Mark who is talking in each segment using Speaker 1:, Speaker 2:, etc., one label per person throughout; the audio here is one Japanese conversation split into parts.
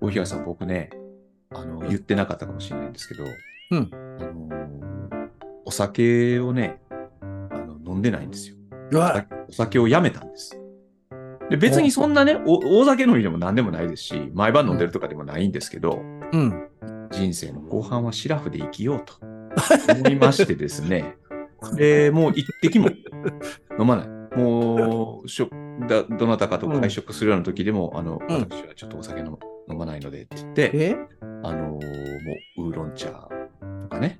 Speaker 1: 大東さん、僕ね、あの、言ってなかったかもしれないんですけど、
Speaker 2: うん
Speaker 1: あのーお酒をね、あの飲んでないんですよ。
Speaker 2: うわ
Speaker 1: お酒をやめたんです。で別にそんなね、お大酒飲みでも何でもないですし、毎晩飲んでるとかでもないんですけど、
Speaker 2: うん。
Speaker 1: 人生の後半はシラフで生きようと思いましてです ね、でもう一滴も飲まない。もうしょだどなたかと会食するような時でも、あの
Speaker 2: うん
Speaker 1: 私はちょっとお酒飲飲まないのでって言って、
Speaker 2: え
Speaker 1: あのーもうウーロン茶とかね、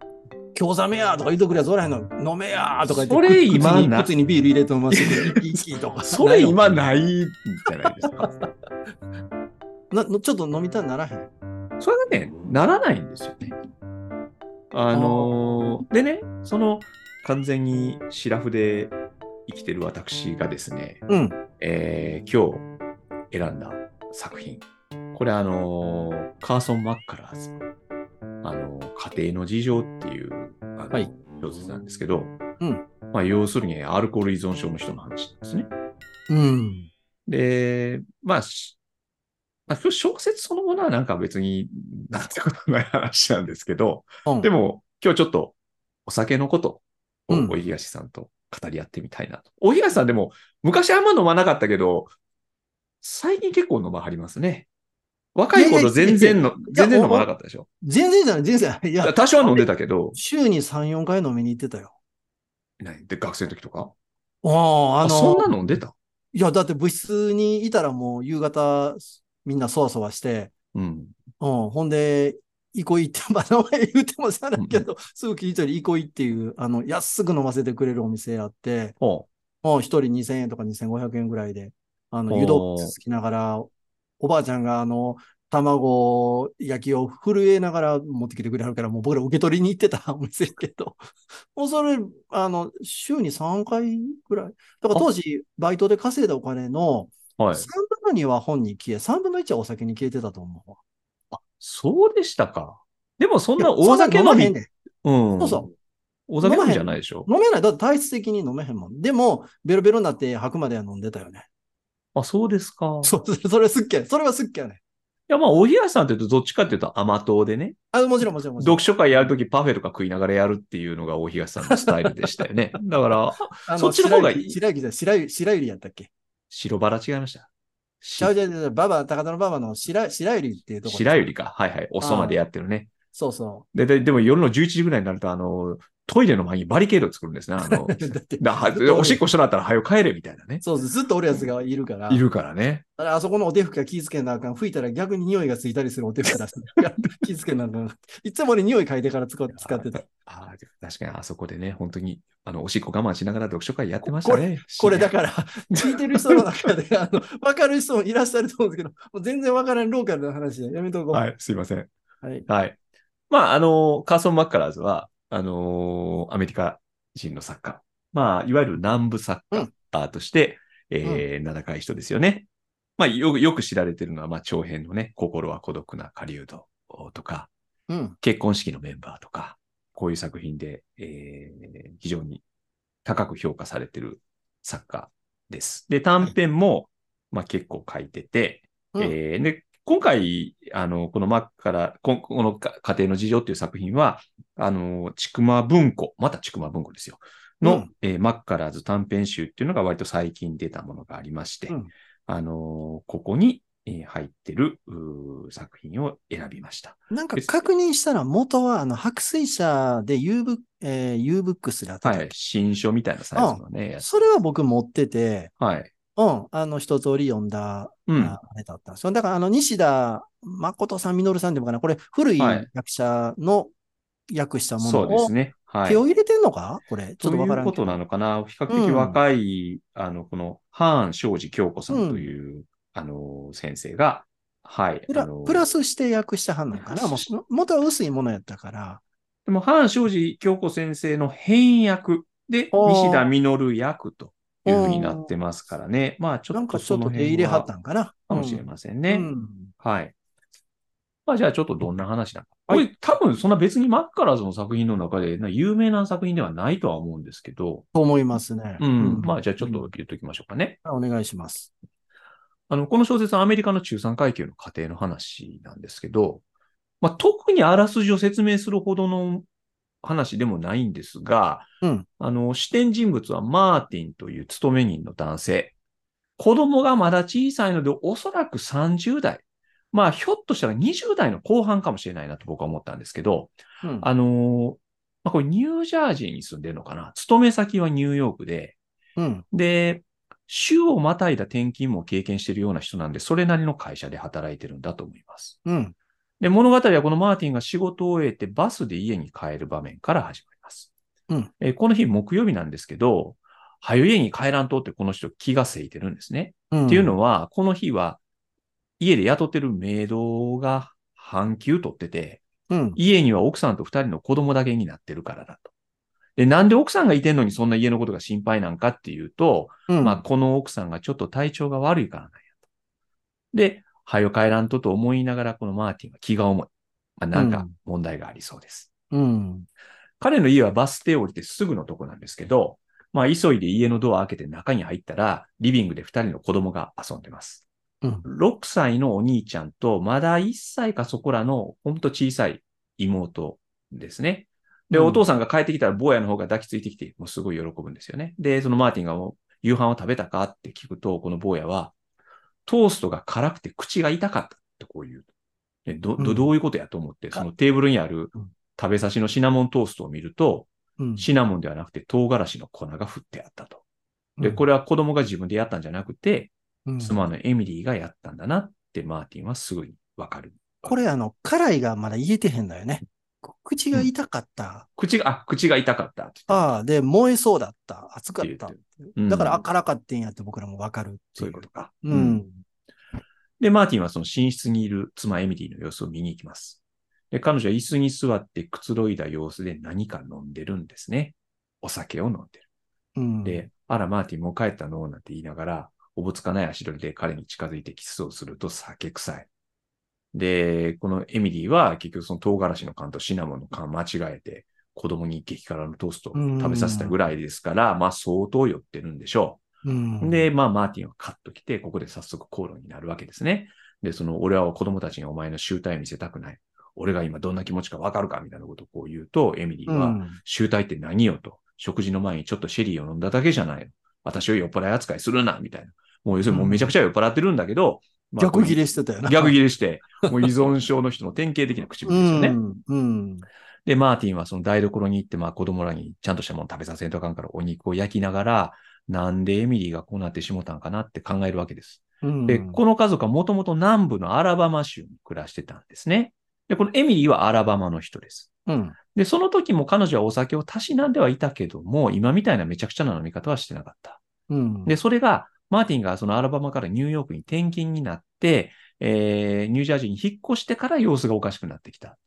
Speaker 2: 今日ざめやとか言うとくりゃ、そらへんの、飲めやとか言って、
Speaker 1: それ今
Speaker 2: 口に
Speaker 1: な
Speaker 2: 口にビール入れて飲ませ て、いいとか。
Speaker 1: それ今ないんじゃないですか。
Speaker 2: なのちょっと飲みたいならへん。
Speaker 1: それがね、ならないんですよね。あのーでね、その完全にシラフで生きてる私がですね、
Speaker 2: うん。
Speaker 1: えー今日選んだ作品。これあのーカーソン・マッカラーズ。あのー家庭の事情っていう、あの
Speaker 2: はい
Speaker 1: 小説なんですけど、
Speaker 2: うん
Speaker 1: まあ、要するにアルコール依存症の人の話なんですね。
Speaker 2: うん。
Speaker 1: で、まあ、しまあ、小説そのものはなんか別になんてことない話なんですけど、
Speaker 2: うん
Speaker 1: でも今日ちょっとお酒のことを
Speaker 2: うん
Speaker 1: 大東さんと語り合ってみたいなと。大東さんでも昔あんま飲まなかったけど、最近結構飲まはりますね。若い頃全然の、
Speaker 2: いやいやいや
Speaker 1: 全然飲まなかったでしょ。
Speaker 2: 全然じゃない、全然。いや、
Speaker 1: 多少は飲んでたけど、
Speaker 2: 週に3、4回飲みに行ってたよ。
Speaker 1: 何で学生の時とか
Speaker 2: ああ、あ
Speaker 1: あ
Speaker 2: の、
Speaker 1: そんな飲んでた
Speaker 2: いや、だって部室にいたらもう夕方、みんなそわそわして、
Speaker 1: うん。
Speaker 2: うん、ほんで、イコイって、まあ、名前言ってもしゃあないけど、すぐ聞いたり、イコイっていう、あの、安く飲ませてくれるお店あって、
Speaker 1: おう
Speaker 2: もう一人2000円とか2500円ぐらいで、あの、
Speaker 1: おー
Speaker 2: 湯豆腐つつきながら、おばあちゃんがあの、卵焼きを震えながら持ってきてくれはるから、もう僕ら受け取りに行ってた お店やけど、もうそれ、あの、週に3回ぐらい。だから当時、バイトで稼いだお金の
Speaker 1: はい
Speaker 2: 3。分の2は本に消え、3分の1はお酒に消えてたと思うわ。
Speaker 1: そうでしたか。でもそんな大
Speaker 2: そ
Speaker 1: 酒飲
Speaker 2: まへ
Speaker 1: み
Speaker 2: んで
Speaker 1: うん。
Speaker 2: そうそう。
Speaker 1: お酒飲みじゃないでしょ。
Speaker 2: 飲めない。だって体質的に飲めへんもん。でも、ベロベロになって吐くまでは飲んでたよね。
Speaker 1: あ、そうですか。い
Speaker 2: そう、それそれすっけ。それはすっけやね。
Speaker 1: や、まあ、おひやさんって言うと、どっちかっていうと甘党でね、
Speaker 2: あ、もちろんもちろんもちろん。
Speaker 1: 読書会やるときパフェとか食いながらやるっていうのがおひやさんのスタイルでしたよ ね。だから、
Speaker 2: あ
Speaker 1: そっちの方がいい
Speaker 2: 白雪白雪じゃない白雪白百合やったっけ
Speaker 1: 白バラ違いました。し
Speaker 2: ちゃうちゃうちゃう、ババ、高田のババの白白百合っていうとこ。
Speaker 1: 白百合か。はいはい。遅までやってるね。
Speaker 2: そうそ
Speaker 1: でで、でも夜の11時ぐらいになると、あの、トイレの前にバリケードを作るんですね。あの、
Speaker 2: う。だって、
Speaker 1: だはおしっこしたなったら早く帰れみたいなね。
Speaker 2: そうそうずっとおるやつがいるから。
Speaker 1: いるからね。
Speaker 2: あれあそこのお手拭きは気ぃつけなあかん。拭いたら逆に匂いがついたりするお手拭 きだし。いや気ぃつけなあかん。いつも俺匂い嗅いでから使う使ってた。
Speaker 1: ああ、でも確かにあそこでね、本当に、あの、おしっこ我慢しながら読書会やってましたね。
Speaker 2: これだから、聞いてる人の中で、あの、わかる人もいらっしゃると思うんですけど、もう全然わからんローカルな話で、やめとこう。
Speaker 1: はい、すいません。
Speaker 2: はい。
Speaker 1: はい。まあ、あの、カーソン・マッカラーズは、あのーアメリカ人の作家。まあ、いわゆる南部作
Speaker 2: う
Speaker 1: 家
Speaker 2: ん
Speaker 1: として、えー名高い人ですよね。まあ、よく、よく知られてるのは、まあ、長編のね、心は孤独な狩人とか、
Speaker 2: うん。
Speaker 1: 結婚式のメンバーとか、こういう作品で、えー非常に高く評価されてる作家です。で、短編も、まあ、結構書いてて、
Speaker 2: うん
Speaker 1: えーで、今回、あの、このマッカラ、ここのか家庭の事情っていう作品は、あの、ちくま文庫、またちくま文庫ですよ。の、
Speaker 2: うん
Speaker 1: えーマッカラーズ短編集っていうのが割と最近出たものがありまして、
Speaker 2: うん
Speaker 1: あのここに、えー入ってるうー作品を選びました。
Speaker 2: なんか
Speaker 1: 別に
Speaker 2: 確認したら、元は、あの、白水社で U ブ,、えー、U ブックスであった
Speaker 1: は
Speaker 2: 時
Speaker 1: い。新書みたいなサイズのね、やつ。
Speaker 2: それは僕持ってて、
Speaker 1: はい。
Speaker 2: うん、あの、一通り読んだ、
Speaker 1: うん。
Speaker 2: あれだったんですよ。だから、あの、西田誠さん、稔さんでもかな、これ、古い
Speaker 1: はい
Speaker 2: 役者の訳したもの
Speaker 1: そうで
Speaker 2: を
Speaker 1: すね。はい。
Speaker 2: 手を入れてんのかこれ、ちょ
Speaker 1: と
Speaker 2: っと
Speaker 1: い
Speaker 2: わから
Speaker 1: うんこ
Speaker 2: けど。
Speaker 1: となのかな。比較的若い、あの、この、ハーン・庄司京子さんという、あの、先生が、はい。
Speaker 2: プ
Speaker 1: あ
Speaker 2: ラ
Speaker 1: の
Speaker 2: プラスして訳した反応かな
Speaker 1: プ
Speaker 2: も
Speaker 1: ラ
Speaker 2: う
Speaker 1: ス
Speaker 2: 元は薄いものやったから。
Speaker 1: でも、ハーン・庄司京子先生の変役で、
Speaker 2: おー
Speaker 1: 西田実役というふうになってますからね。まあ、ちょ
Speaker 2: な
Speaker 1: っ
Speaker 2: ん
Speaker 1: と
Speaker 2: かちょ
Speaker 1: そ
Speaker 2: っ
Speaker 1: の
Speaker 2: と
Speaker 1: 辺
Speaker 2: 手入れはった
Speaker 1: は
Speaker 2: んかな。
Speaker 1: かもしれませんね。
Speaker 2: うん
Speaker 1: はい。まあ、じゃあちょっとどんな話なのか。これ、多分そんな別にマッカラーズの作品の中でな有名な作品ではないとは思うんですけど、
Speaker 2: と思いますね。
Speaker 1: うん。まあ、じゃあちょっと言っておきましょうかね。
Speaker 2: うん。お願いします。
Speaker 1: あの、この小説はアメリカの中産階級の家庭の話なんですけど、まあ、特にあらすじを説明するほどの話でもないんですが、
Speaker 2: うん
Speaker 1: あの、視点人物はマーティンという勤め人の男性。子供がまだ小さいので、おそらく30代。まあ、ひょっとしたら20代の後半かもしれないなと僕は思ったんですけど、
Speaker 2: うん
Speaker 1: あのーまあ、これニュージャージーに住んでるのかな勤め先はニューヨークで、
Speaker 2: うん。
Speaker 1: で、州をまたいだ転勤も経験しているような人なんで、それなりの会社で働いてるんだと思います。
Speaker 2: うん。
Speaker 1: で、物語はこのマーティンが仕事を終えてバスで家に帰る場面から始まります。
Speaker 2: うん
Speaker 1: えーこの日木曜日なんですけど、早い家に帰らんとってこの人気がせいてるんですね。
Speaker 2: うん。
Speaker 1: っていうのは、この日は家で雇ってるメイドが半休取ってて、
Speaker 2: うん。
Speaker 1: 家には奥さんと二人の子供だけになってるからだと。で、なんで奥さんがいてんのにそんな家のことが心配なんかっていうと、
Speaker 2: うん。
Speaker 1: まあ、この奥さんがちょっと体調が悪いからなんやと。で、はよ帰らんとと思いながら、このマーティンは気が重い。まあ、なん
Speaker 2: う
Speaker 1: か
Speaker 2: ん
Speaker 1: 問題がありそうです。
Speaker 2: うん。
Speaker 1: 彼の家はバス停を降りてすぐのとこなんですけど、まあ、急いで家のドアを開けて中に入ったら、リビングで二人の子供が遊んでます。
Speaker 2: うん
Speaker 1: 6歳のお兄ちゃんと、まだ1歳かそこらの、ほんと小さい妹ですね。で、
Speaker 2: うん
Speaker 1: お父さんが帰ってきたら、坊やの方が抱きついてきて、もうすごい喜ぶんですよね。で、そのマーティンがもう夕飯を食べたかって聞くと、この坊やは、トーストが辛くて口が痛かったってこういう。でど、
Speaker 2: う
Speaker 1: ど、
Speaker 2: ん
Speaker 1: どういうことやと思って、そのテーブルにある
Speaker 2: うん
Speaker 1: 食べさしのシナモントーストを見ると、
Speaker 2: うん。
Speaker 1: シナモンではなくて唐辛子の粉が振ってあったと。で、これは子供が自分でやったんじゃなくて、
Speaker 2: うん
Speaker 1: 妻のエミリーがやったんだなってマーティンはすぐにわかる。
Speaker 2: これあの、家来がまだ言えてへんだよね。口が痛かった。
Speaker 1: 口が、あ、口が痛かったって言っ
Speaker 2: ああ、で、燃えそうだった。熱
Speaker 1: た
Speaker 2: か
Speaker 1: っ
Speaker 2: って
Speaker 1: 言って
Speaker 2: た。
Speaker 1: るうん
Speaker 2: だから、あからかってんやって僕らもわかるって
Speaker 1: そういうことか。
Speaker 2: うん。
Speaker 1: で、マーティンはその寝室にいる妻エミリーの様子を見に行きます。で、彼女は椅子に座ってくつろいだ様子で何か飲んでるんですね。お酒を飲んでる。
Speaker 2: うん。
Speaker 1: で、あら、マーティンもう帰ったのなんて言いながら、おぼつかない足取りで彼に近づいてキスをすると酒臭い。で、このエミリーは結局その唐辛子の缶とシナモンの缶間違えて子供に激辛のトーストを食べさせたぐらいですから、まあ相当酔ってるんでしょう。
Speaker 2: うん、
Speaker 1: で、まあ、マーティンはカッと来て、ここで早速口論になるわけですね。で、その、俺は子供たちにお前の集体を見せたくない。俺が今どんな気持ちかわかるかみたいなことをこう言うと、エミリー
Speaker 2: う
Speaker 1: は、
Speaker 2: ん
Speaker 1: 集体って何よと。食事の前にちょっとシェリーを飲んだだけじゃないの。私を酔っ払い扱いするな、みたいな。もう要するにもうめちゃくちゃ酔っ払ってるんだけど、まあ
Speaker 2: 逆切れしてたよな。
Speaker 1: 逆切れして、もう依存症の人の典型的な口ぶりですよね。
Speaker 2: うん。うん。
Speaker 1: で、マーティンはその台所に行って、まあ子供らにちゃんとしたもの食べさせんとあかんからお肉を焼きながら、なんでエミリーがこうなってしもたんかなって考えるわけです。
Speaker 2: うん
Speaker 1: で、この家族はもともと南部のアラバマ州に暮らしてたんですね。で、このエミリーはアラバマの人です。
Speaker 2: うん。
Speaker 1: で、その時も彼女はお酒をたしなんではいたけども、今みたいなめちゃくちゃな飲み方はしてなかった。
Speaker 2: うん。
Speaker 1: で、それが、マーティンがそのアラバマからニューヨークに転勤になって、えーニュージャージーに引っ越してから様子がおかしくなってきた。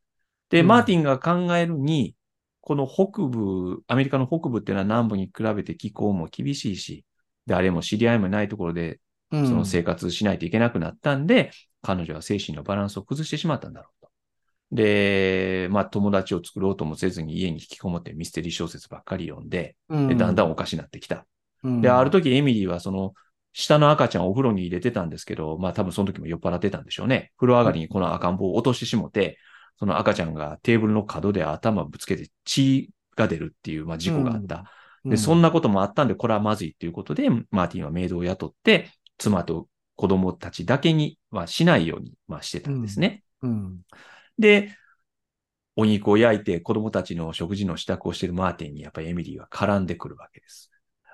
Speaker 1: で、
Speaker 2: うん
Speaker 1: マーティンが考えるに、この北部、アメリカの北部っていうのは南部に比べて気候も厳しいし、誰も知り合いもないところで
Speaker 2: そ
Speaker 1: その生活しないといけなくなったんで、彼女は精神のバランスを崩してしまったんだろうと。で、まあ友達を作ろうともせずに家に引きこもってミステリー小説ばっかり読んで、でだんだんおかしになってきた。
Speaker 2: ん
Speaker 1: で、ある時エミリーはその下の赤ちゃんをお風呂に入れてたんですけど、まあ多分その時も酔っ払ってたんでしょうね。風呂上がりにこの赤ん坊を落としてしもて、その赤ちゃんがテーブルの角で頭ぶつけて血が出るっていう、まあ事故があった。で、そん
Speaker 2: な、
Speaker 1: なこともあったんで、これはまずいということで、マーティンはメイドを雇って、妻と子供たちだけにはしないように、まあ、してたんですね。
Speaker 2: うん。
Speaker 1: で、お肉を焼いて子供たちの食事の支度をしているマーティンに、やっぱりエミリーは絡んでくるわけです。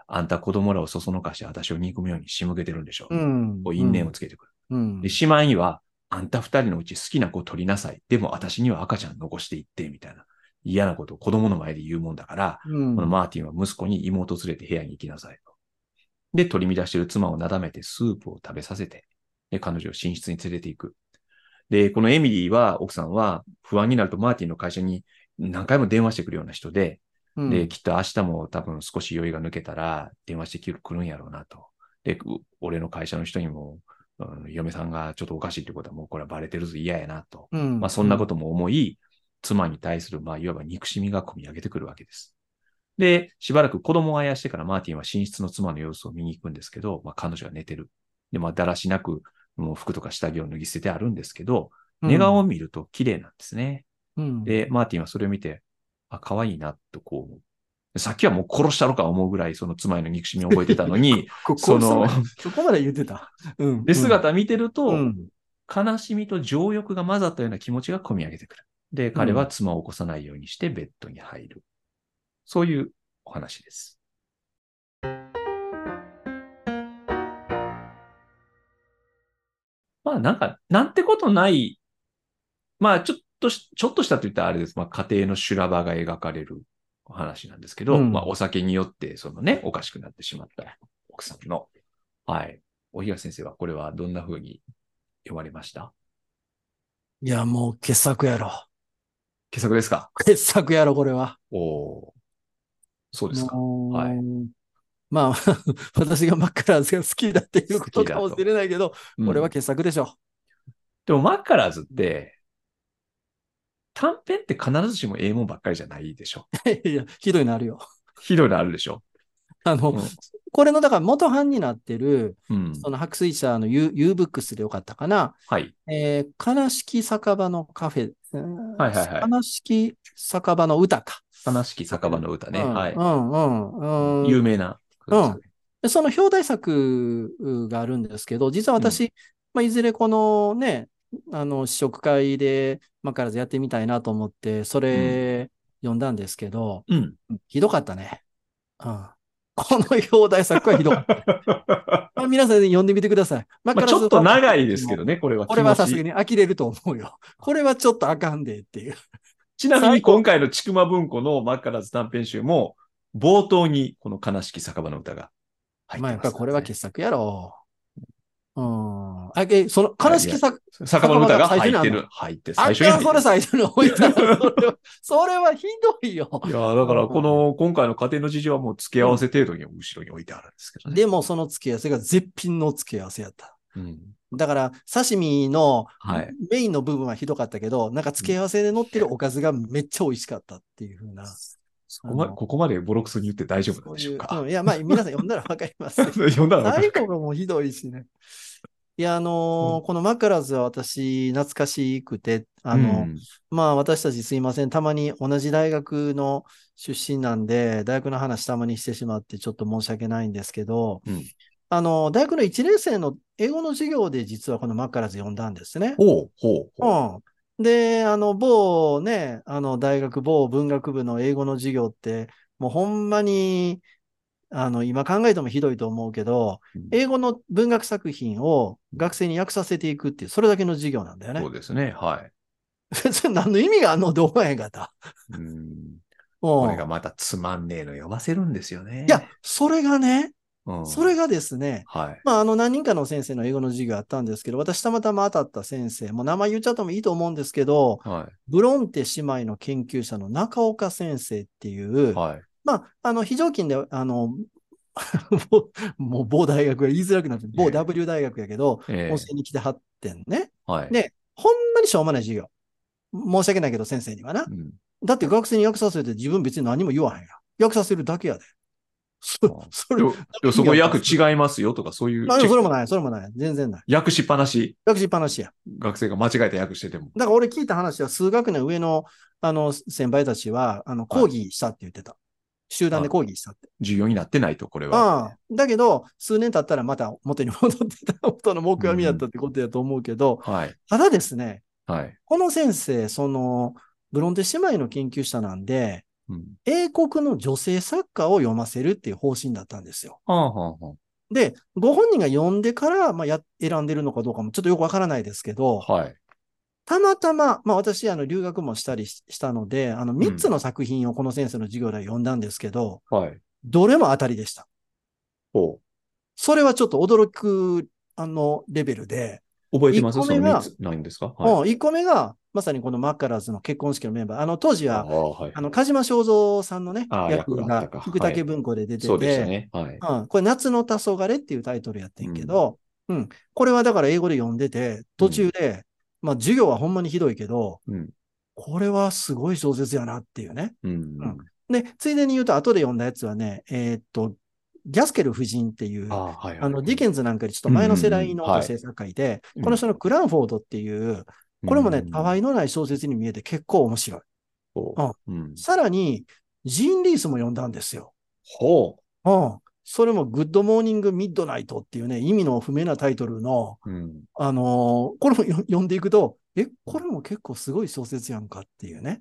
Speaker 1: あんた子供らをそそのかして私を憎むように仕向けてるんでしょう。
Speaker 2: うん。
Speaker 1: こう因縁をつけてくる。
Speaker 2: うん。
Speaker 1: で、しまいには、あんた二人のうち好きな子を取りなさい。でも私には赤ちゃん残していって、みたいな嫌なことを子供の前で言うもんだから、
Speaker 2: うん。
Speaker 1: このマーティンは息子に妹を連れて部屋に行きなさいと。で、取り乱している妻をなだめてスープを食べさせて、で、彼女を寝室に連れて行く。で、このエミリーは、奥さんは不安になるとマーティンの会社に何回も電話してくるような人で、
Speaker 2: うん
Speaker 1: で、きっと明日も多分少し酔いが抜けたら電話してきるくるんやろうなと。で、う俺の会社の人にも、うん嫁さんがちょっとおかしいってことはもうこれはバレてるぞ嫌やなと。
Speaker 2: うん。
Speaker 1: まあ、そんなことも思い、妻に対する、まあ、いわば憎しみが込み上げてくるわけです。で、しばらく子供をあやしてからマーティンは寝室の妻の様子を見に行くんですけど、まあ、彼女が寝てる。で、まあ、だらしなく、もう服とか下着を脱ぎ捨ててあるんですけど、寝顔を見ると綺麗なんですね。
Speaker 2: うん、
Speaker 1: で、マーティンはそれを見て、あ、可愛いな、とこう思う。さっきはもう殺したのか思うぐらい、その妻への憎しみを覚えてたの に、
Speaker 2: ここ
Speaker 1: その、
Speaker 2: そこまで言ってた。うん。
Speaker 1: で、姿見てる
Speaker 2: う
Speaker 1: と、
Speaker 2: ん。
Speaker 1: 悲しみと情欲が混ざったような気持ちが込み上げてくる。で、彼は妻を起こさないようにしてベッドに入る。そういうお話です。まあなんか、なんてことない、まあちょっとし、ちょっとしたと言ったらあれです。まあ家庭の修羅場が描かれるお話なんですけど、
Speaker 2: うん
Speaker 1: まあお酒によってそのね、おかしくなってしまった奥さんの。はい。お東先生はこれはどんな風に読まれました
Speaker 2: いや、もう傑作やろ。
Speaker 1: 傑作ですか
Speaker 2: 傑作やろ、これは。
Speaker 1: おおー。そうですか。
Speaker 2: もう
Speaker 1: はい
Speaker 2: まあ、 私がマッカラーズが好きだっていうことかもしれないけど、
Speaker 1: うん
Speaker 2: これは傑作でしょ。
Speaker 1: でも、マッカラーズって、短編って必ずしもええもんばっかりじゃないでしょ。
Speaker 2: いや、ひどいのあるよ。
Speaker 1: ひどいのあるでしょ。
Speaker 2: あの、
Speaker 1: うん
Speaker 2: これの、だから元版になってる、
Speaker 1: うん。
Speaker 2: その白水社の U, U ブックスでよかったかな。
Speaker 1: はい。
Speaker 2: えー悲しき酒場のカフェ。うん
Speaker 1: はいはいはい
Speaker 2: 悲しき酒場の歌か。
Speaker 1: 悲しき酒場の歌ね。
Speaker 2: うん
Speaker 1: はい。
Speaker 2: うんうんうん。
Speaker 1: 有名な。
Speaker 2: うんでその表題作があるんですけど、実は私、まあ、いずれこのね、あの試食会でマカラーズやってみたいなと思って、それ読んだんですけど、
Speaker 1: うん。
Speaker 2: ひどかったね。うん、この表題作はひどか った。まあ、皆さん読んでみてください。マ
Speaker 1: まあ、ちょっと長いですけど
Speaker 2: ね。
Speaker 1: ね、これは。
Speaker 2: これはさす
Speaker 1: 気持
Speaker 2: が
Speaker 1: ち
Speaker 2: に呆れると思うよ。これはちょっとあかんでっていう。
Speaker 1: ちなみに今回のちくま文庫のマッカラーズ短編集も、冒頭にこの悲しき酒場の歌が入ってます、
Speaker 2: まあやっぱりこれは傑作やろう。うん。あえ、その悲しき作、
Speaker 1: 酒場の歌が
Speaker 2: 酒
Speaker 1: 入
Speaker 2: 場が
Speaker 1: っ
Speaker 2: 最
Speaker 1: て
Speaker 2: 初にある
Speaker 1: る。入って、
Speaker 2: あ
Speaker 1: 最初に入っ
Speaker 2: かん、
Speaker 1: てる
Speaker 2: それ最初に置いたら、それは、それはひどいよ。
Speaker 1: いやーだから、この、今回の家庭の事情はもう付け合わせ程度に後ろに置いてあるんですけどね。
Speaker 2: でもその付け合わせが絶品の付け合わせやった。
Speaker 1: うん。
Speaker 2: だから、刺身の
Speaker 1: はい。
Speaker 2: メインの部分はひどかったけど、なんか付け合わせで乗ってるおかずがめっちゃ美味しかったっていうふうな。
Speaker 1: そこま
Speaker 2: あの
Speaker 1: ここまでボロクソに言って大丈夫な
Speaker 2: そ
Speaker 1: ん
Speaker 2: う
Speaker 1: でしょ
Speaker 2: いうう、
Speaker 1: か
Speaker 2: う。ん、いや、まあ皆さん読んだらわかりま すよ。
Speaker 1: 読んだらわか
Speaker 2: 最
Speaker 1: る
Speaker 2: 後がもうひどいしね。いや、あのーこのマクラーズは私、懐かしくて、あ
Speaker 1: う
Speaker 2: の、
Speaker 1: ん
Speaker 2: まあ私たちすいません、たまに同じ大学の出身なんで、大学の話たまにしてしまってちょっと申し訳ないんですけど、
Speaker 1: うん
Speaker 2: あの、大学の1年生の英語の授業で実はこのマッカラーズ読んだんですね。
Speaker 1: ほうほうほう。
Speaker 2: うん。で、あの、某ね、あの、大学、某文学部の英語の授業って、もうほんまに、あの、今考えてもひどいと思うけど
Speaker 1: うん、
Speaker 2: 英語の文学作品を学生に訳させていくっていう、それだけの授業なんだよね
Speaker 1: そう。ですね。は
Speaker 2: それ何の意味があんのって思わへんかった。
Speaker 1: い。うん。
Speaker 2: う
Speaker 1: こ
Speaker 2: ん。
Speaker 1: れがまたつまんねえの読ませるんですよね。
Speaker 2: いや、、それがね、
Speaker 1: うん、
Speaker 2: それがですね、
Speaker 1: はい。
Speaker 2: まあ、あの、何人かの先生の英語の授業あったんですけど、私たまたま当たった先生、もう名前言っちゃってもいいと思うんですけど、
Speaker 1: は
Speaker 2: ブロンテ姉妹の研究者の中岡先生っていう、
Speaker 1: い。はい。
Speaker 2: まあ、あの、非常勤で、あの、 もうもう某大学が言いづらくなって、
Speaker 1: え
Speaker 2: 某
Speaker 1: え
Speaker 2: W 大学やけど、
Speaker 1: え
Speaker 2: 温泉に来てはってんね。
Speaker 1: ー、はい。
Speaker 2: で、ほんまにしょうもない授業。申し訳ないけど、先生にはな
Speaker 1: う。ん、
Speaker 2: だって学生に訳させて自分別に何も言わへんやん。訳させるだけやで。そ
Speaker 1: あ
Speaker 2: そ
Speaker 1: で
Speaker 2: れ
Speaker 1: も、でもそこ訳違いますよとか、そういう。
Speaker 2: あでもそれもない、それもない。全然ない。
Speaker 1: 訳しっぱなし。
Speaker 2: 学習っぱなしや。
Speaker 1: 学生が間違えて訳してても。
Speaker 2: だから俺聞いた話は、数学年上の、あの、先輩たちは、あの、講義したって言ってた。集団で講義したって。
Speaker 1: 重要になってないと、これは。
Speaker 2: ああだけど、数年経ったらまた元に戻ってた 元の目標みだったってことやと思うけど、
Speaker 1: はい。
Speaker 2: ただですね、
Speaker 1: はい。
Speaker 2: この先生、その、ブロンテ姉妹の研究者なんで、
Speaker 1: うん。
Speaker 2: 英国の女性作家を読ませるっていう方針だったんですよ。
Speaker 1: はあ、はあ、は
Speaker 2: で、ご本人が読んでから、まあ、や選んでるのかどうかもちょっとよくわからないですけど、
Speaker 1: あ。はい。
Speaker 2: たまたま、まあ、私、あの、留学もしたりししたので、あの、3つの作品をこの先生の授業では読んだんですけど、
Speaker 1: はい。
Speaker 2: どれも当たりでした。
Speaker 1: ほ
Speaker 2: それはちょっと驚く、あの、レベルで、
Speaker 1: う。覚えてます
Speaker 2: 一
Speaker 1: そ
Speaker 2: 個目
Speaker 1: の
Speaker 2: が
Speaker 1: 三つないんですか
Speaker 2: うん
Speaker 1: はい。
Speaker 2: 1個目が、まさにこのマッカラーズの結婚式のメンバー、あの、当時
Speaker 1: あ
Speaker 2: は、
Speaker 1: あ、はい
Speaker 2: あ。の、鹿島正蔵さんのね、
Speaker 1: あー
Speaker 2: 役
Speaker 1: 役があった
Speaker 2: が
Speaker 1: か
Speaker 2: 福
Speaker 1: はい
Speaker 2: 武文庫で出て
Speaker 1: そうでした
Speaker 2: て、
Speaker 1: ね。はい。
Speaker 2: うん、これ、夏の黄昏っていうタイトルやってんけど、うん、これはだから英語で読んでて、途中で、まあ、授業はほんまにひどいけど、
Speaker 1: うん
Speaker 2: これはすごい小説やなっていうね。
Speaker 1: うん。
Speaker 2: で、ついでに言うと、後で読んだやつはね、えーっと、ギャスケル夫人っていう、
Speaker 1: あー、はい、
Speaker 2: あの、ディケンズなんかよりちょっと前の世代の
Speaker 1: うんはい
Speaker 2: 制作会で、
Speaker 1: うん
Speaker 2: この人のクランフォードっていう、これもね、たわ
Speaker 1: い
Speaker 2: いのない小説に見えて結構面白い。
Speaker 1: ほう。うん
Speaker 2: さらに、ジーン・リースも読んだんですよ。
Speaker 1: ほ
Speaker 2: うん。それも、グッドモーニング・ミッドナイトっていうね、意味の不明なタイトルの、
Speaker 1: う。うん。
Speaker 2: あのーこれもよ読んでいくと、え、これも結構すごい小説やんかっていうね。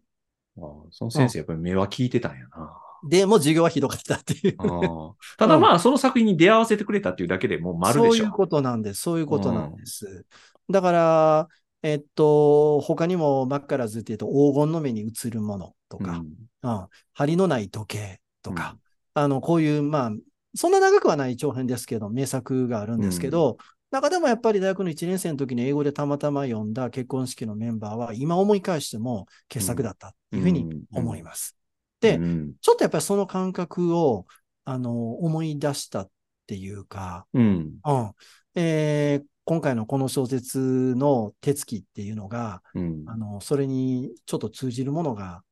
Speaker 1: あーその先生、やっぱり目は利いてたんや な。
Speaker 2: で、もう授業はひどかったっていう。
Speaker 1: あーただまあ、その作品に出会わせてくれたっていうだけでもう丸で
Speaker 2: そう
Speaker 1: し
Speaker 2: い
Speaker 1: ょ。
Speaker 2: うことなんです。そういうことなんです。だから、えっと、他にも、マッカラズっていうと、黄金の目に映るものとか、
Speaker 1: うん
Speaker 2: うん、針のない時計とか、あの、こういう、まあ、そんな長くはない長編ですけど、名作があるんですけど、中でもやっぱり大学の1年生の時に英語でたまたま読んだ結婚式のメンバーは、今思い返しても傑作だったっていうふうに思います。で
Speaker 1: うん
Speaker 2: ちょっとやっぱりその感覚を、あの、思い出したっていうか、
Speaker 1: うん。
Speaker 2: うんえー今回のこの小説の手つきっていうのが、
Speaker 1: うん。
Speaker 2: あの、それにちょっと通じるものが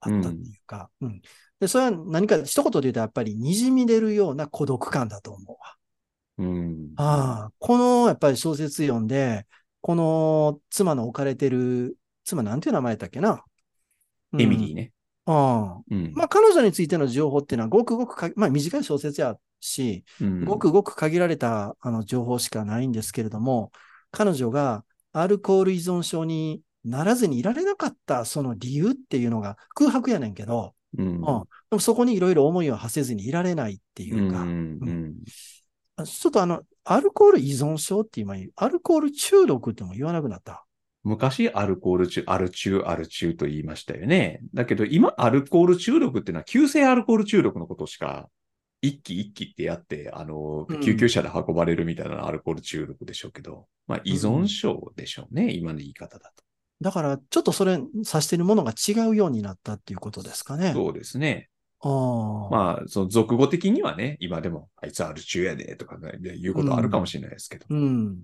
Speaker 2: あったっていうか、うん。で、それは何か一言で言うとやっぱり滲み出るような孤独感だと思うわ。
Speaker 1: うん。
Speaker 2: ああ、このやっぱり小説読んで、この妻の置かれてる、妻なんていう名前だったっけな、
Speaker 1: エミリー
Speaker 2: ー。
Speaker 1: ね。
Speaker 2: ああ
Speaker 1: うん。
Speaker 2: まあ彼女についての情報っていうのはごくごくか、まあ短い小説やし、
Speaker 1: うん
Speaker 2: ごくごく限られたあの情報しかないんですけれども、彼女がアルコール依存症にならずにいられなかったその理由っていうのが空白やねんけど、
Speaker 1: うん
Speaker 2: うん、でもそこにいろいろ思いを馳せずにいられないっていうか、
Speaker 1: んうん
Speaker 2: あちょっとあの、アルコール依存症って今言う、アルコール中毒っても言わなくなった。
Speaker 1: 昔、アルコール中、アル中、アル中と言いましたよね。だけど、今、アルコール中毒っていうのは、急性アルコール中毒のことしか、一気一気ってやって、あの
Speaker 2: うん、
Speaker 1: 救急車で運ばれるみたいなアルコール中毒でしょうけど、まあ、依存症でしょうね、今の言い方だ
Speaker 2: だから、ちょっとそれ、指してるものが違うようになったっていうことですかね
Speaker 1: と。。そうですね。
Speaker 2: ああ。
Speaker 1: まあ、その、俗語的にはね、今でも、あいつアル中やで、とかね、言うことあるかもしれないですけど。
Speaker 2: うん。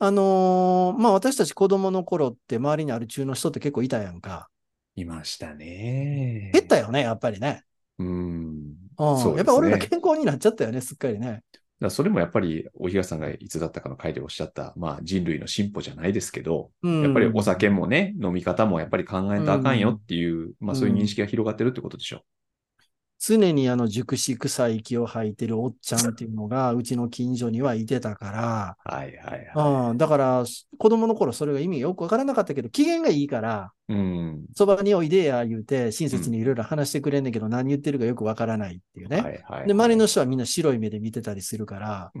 Speaker 2: あのーまあ私たち子供の頃って周りにある中の人って結構いたやんか。
Speaker 1: いましたね。
Speaker 2: 減ったよね、やっぱりね。
Speaker 1: うん。
Speaker 2: うん。
Speaker 1: そうですね
Speaker 2: やっぱ俺ら健康になっちゃったよね、すっかりね。
Speaker 1: だからそれもやっぱり、お東さんがいつだったかの回でおっしゃった、まあ人類の進歩じゃないですけど、
Speaker 2: うん。
Speaker 1: やっぱりお酒もね、飲み方もやっぱり考えたらあかんよっていう、まあそういう認識が広がってるってことでしょ
Speaker 2: 常にあの熟し臭い息を吐いてるおっちゃんっていうのが、うちの近所にはいてたから、
Speaker 1: う。はいはいは
Speaker 2: うん、だから、子供の頃それが意味よくわからなかったけど、機嫌がいいから、
Speaker 1: い。うん。
Speaker 2: そばにおいでや言うて、親切にいろいろ話してくれんねんけど、何言ってるかよくわからないっていうね。
Speaker 1: はいはい。
Speaker 2: で、周りの、人はみんな白い目で見てたりするから、
Speaker 1: うん。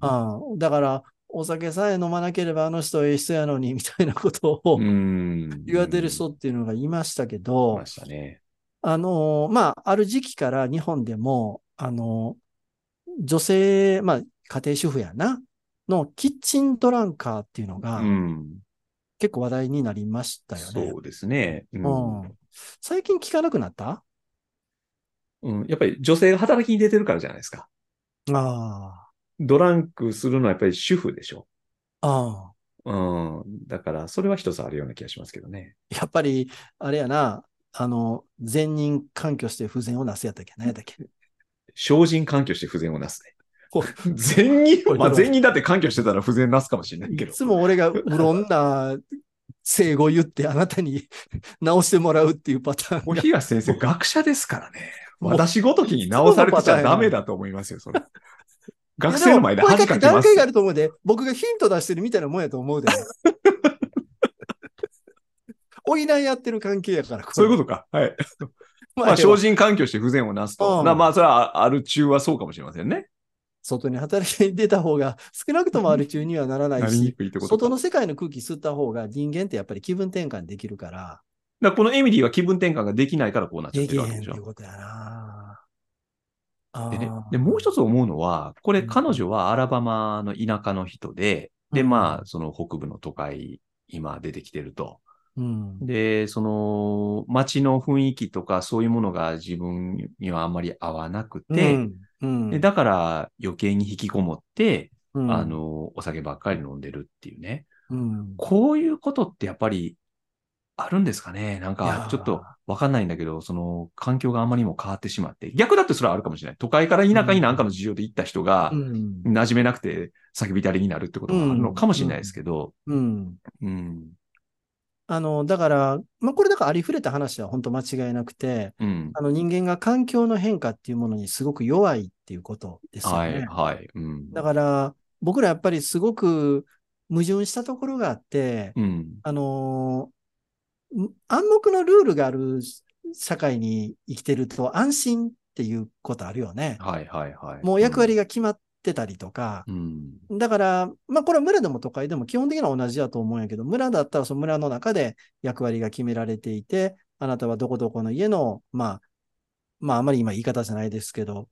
Speaker 2: うん、だから、お酒さえ飲まなければあの人ええ人やのに、みたいなことを
Speaker 1: うん。
Speaker 2: 言われてる人っていうのがいましたけど、
Speaker 1: いましたね。
Speaker 2: あのーまあ、ある時期から日本でも、あのー女性、まあ、家庭主婦やな、のキッチンドランカーっていうの
Speaker 1: う
Speaker 2: が
Speaker 1: ん。
Speaker 2: 結構話題になりましたよね。
Speaker 1: そうですね。う
Speaker 2: うん
Speaker 1: ん。
Speaker 2: 最近聞かなくなった
Speaker 1: うんやっぱり女性が働きに出てるからじゃないですか。
Speaker 2: あ
Speaker 1: ドランクするのはやっぱり主婦でしょ。
Speaker 2: あ、ああ。
Speaker 1: うん。だから、それは一つあるような気がしますけどね。
Speaker 2: やっぱり、あれやな、あの、善人関挙して不全をなすやったっけ何やったっけ
Speaker 1: 精進環境して不全をなすね。
Speaker 2: こ
Speaker 1: 善人、まあ
Speaker 2: これ
Speaker 1: 善人だって環境してたら不全なすかもしれないけ
Speaker 2: い
Speaker 1: ど。
Speaker 2: つも俺がうろん な生語言ってあなたに 直してもらうっていう パターン
Speaker 1: もう
Speaker 2: が
Speaker 1: 東先生、学者ですからね。
Speaker 2: もう
Speaker 1: 私ごときに直されてちゃダメだと思いますよ、それ。学生の前で
Speaker 2: いや
Speaker 1: 恥
Speaker 2: も
Speaker 1: かき
Speaker 2: これだ
Speaker 1: ま
Speaker 2: って段
Speaker 1: す
Speaker 2: 階が。あると思うで、僕がヒント出してるみたいなもんや と思うで。おいないやってる関係やから、
Speaker 1: そういうこ
Speaker 2: こ
Speaker 1: とか。はい。
Speaker 2: と
Speaker 1: まあ、精進環境して不全をなす
Speaker 2: う
Speaker 1: と。
Speaker 2: ん
Speaker 1: なまあ、それはある中はそうかもしれませんね。
Speaker 2: 外に働きに出た方が少なくともある中にはならな
Speaker 1: ないりに
Speaker 2: し、
Speaker 1: くいってことか。
Speaker 2: 外の
Speaker 1: だか
Speaker 2: 世界の空気吸った方が人間ってやっぱり気分転換できるから、
Speaker 1: らこのエミリーは気分転換ができないからこうなっちゃっ
Speaker 2: で
Speaker 1: て
Speaker 2: きへ
Speaker 1: るわ
Speaker 2: ん
Speaker 1: け
Speaker 2: っ
Speaker 1: で
Speaker 2: てい
Speaker 1: しょ
Speaker 2: う。ことやな。あ
Speaker 1: でね
Speaker 2: ー、
Speaker 1: でもう一つ思うのは、これ
Speaker 2: うん
Speaker 1: 彼女はアラバマの田舎の人で、で、
Speaker 2: うん
Speaker 1: まあ、その北部の都会、今出てきてると。
Speaker 2: うん、
Speaker 1: で、その街の雰囲気とかそういうものが自分にはあんまり合わなくて、
Speaker 2: うん、
Speaker 1: でだから余計に引きこもって、
Speaker 2: うん
Speaker 1: あ、の、お酒ばっかり飲んでるっていうね。
Speaker 2: うん
Speaker 1: こういうことってやっぱりあるんですかねなん
Speaker 2: いや
Speaker 1: か
Speaker 2: ー、
Speaker 1: ちょっとわかんないんだけど、その、環境があまりにも変わってしまって、逆だってそれはあるかもしれない。都会から田舎に何かの事情で行った人が
Speaker 2: う、ん。
Speaker 1: 馴染めなくて、叫びたりになるってことがあるのかもしれないですけど、
Speaker 2: うん。
Speaker 1: うん、
Speaker 2: あの、だから、まあ、これだからありふれた話は本当間違いなくて、
Speaker 1: うん、
Speaker 2: あの人間が環境の変化っていうものにすごく弱いっていうことですよね。
Speaker 1: はい、はい、うん。
Speaker 2: だから、僕らやっぱりすごく矛盾したところがあって、
Speaker 1: うん、
Speaker 2: あのーん暗黙のルールがある社会に生きてると安心っていうことあるよね。
Speaker 1: はい、はい、はい。
Speaker 2: もう役割が決まってたりとか、
Speaker 1: うん、
Speaker 2: だから、まあこれは村でも都会でも基本的には同じだと思うんやけど、村だったらその村の中で役割が決められていて、あなたはどこどこの家の、まあ、まああまり今言い方じゃないですけど、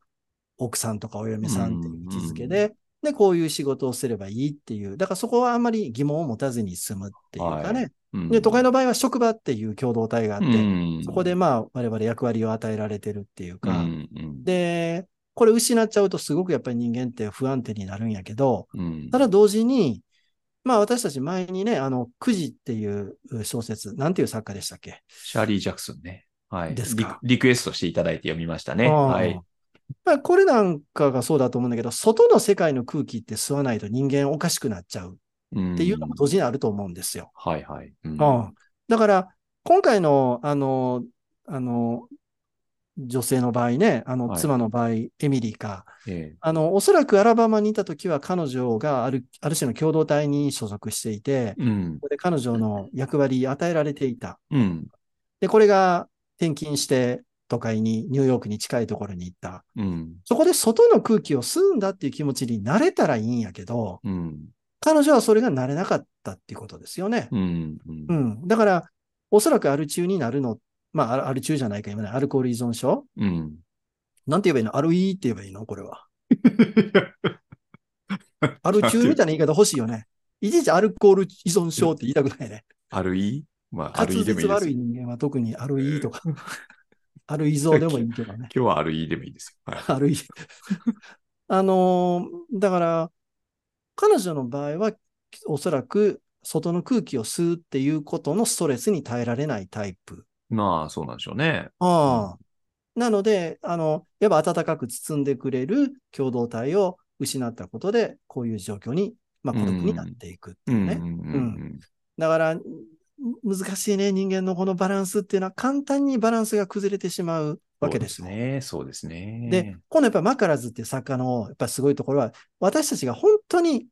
Speaker 2: 奥さんとかお嫁さんっていう位置づけで、で、こういう仕事をすればいいっていう、だからそこはあんまり疑問を持たずに済むっていうかね。
Speaker 1: うん。
Speaker 2: で、都会の場合は職場っていう共同体があっ
Speaker 1: う
Speaker 2: て、
Speaker 1: ん、
Speaker 2: そこでまあ我々役割を与えられてるっていう
Speaker 1: う
Speaker 2: か、
Speaker 1: ん、うん、
Speaker 2: で、これ失っちゃうとすごくやっぱり人間って不安定になるんやけど、
Speaker 1: うん、
Speaker 2: ただ同時に、まあ私たち前にね、あの、くじっていう小説、なんていう作家でしたっけ
Speaker 1: シャーリー・ジャクソンね。はい。
Speaker 2: です
Speaker 1: リ
Speaker 2: か
Speaker 1: リクエストしていただいて読みましたね。
Speaker 2: あー
Speaker 1: はい。
Speaker 2: まあこれなんかがそうだと思うんだけど、外の世界の空気って吸わないと人間おかしくなっちゃうっていうのも
Speaker 1: ど
Speaker 2: 同時にあると思うんですよ。
Speaker 1: はいはい。うん
Speaker 2: うんだから、今回の、あの、あの、女性の場合ね、あの、
Speaker 1: はい
Speaker 2: 妻の場合、エミリーか、
Speaker 1: え
Speaker 2: あの、おそらくアラバマにいた時は彼女がある、ある種の共同体に所属していて、
Speaker 1: えうん
Speaker 2: こ。こで彼女の役割与えられていた。
Speaker 1: うん。
Speaker 2: で、これが転勤して都会に、ニューヨークに近いところに行った。
Speaker 1: うん。
Speaker 2: そこで外の空気を吸うんだっていう気持ちになれたらいいんやけど、
Speaker 1: うん。
Speaker 2: 彼女はそれがなれなかったっていうことですよね。
Speaker 1: うん。
Speaker 2: う。ん。だから、おそらくアル中になるの、まあアル、アル中じゃないか、今ね、アルコール依存症
Speaker 1: うん。
Speaker 2: なんて言えばいいのアルイーって言えばいいのこれは。アル中みたいな言い方欲しい よね。いちいちアルコール依存症って言いたくないね。
Speaker 1: あるいまあ、あ
Speaker 2: 滑
Speaker 1: るいでもいい
Speaker 2: 舌
Speaker 1: で
Speaker 2: 悪
Speaker 1: す。
Speaker 2: い人間は特にアルイーとか、 アル依存でもいいけどね。
Speaker 1: 今日はあるいでもいいですよ。はい。
Speaker 2: 悪い。あのーだから、彼女の場合は、おそらく、外の空気を吸うっていうことのストレスに耐えられないタイプ。
Speaker 1: まあ、そうなんでしょうね。
Speaker 2: ああ。なので、あの、やっぱ暖かく包んでくれる共同体を失ったことで、こういう状況に、まあ、孤独になっていくっ
Speaker 1: う
Speaker 2: てい
Speaker 1: ん
Speaker 2: うね。
Speaker 1: うん。
Speaker 2: だから、ん難しいね、人間のこのバランスっていうのは、簡単にバランスが崩れてしまうわけです
Speaker 1: そう
Speaker 2: ね。
Speaker 1: ね。そうですね。
Speaker 2: で、このやっぱマカラズっていう作家のやっぱすごいところは、私たちが本当に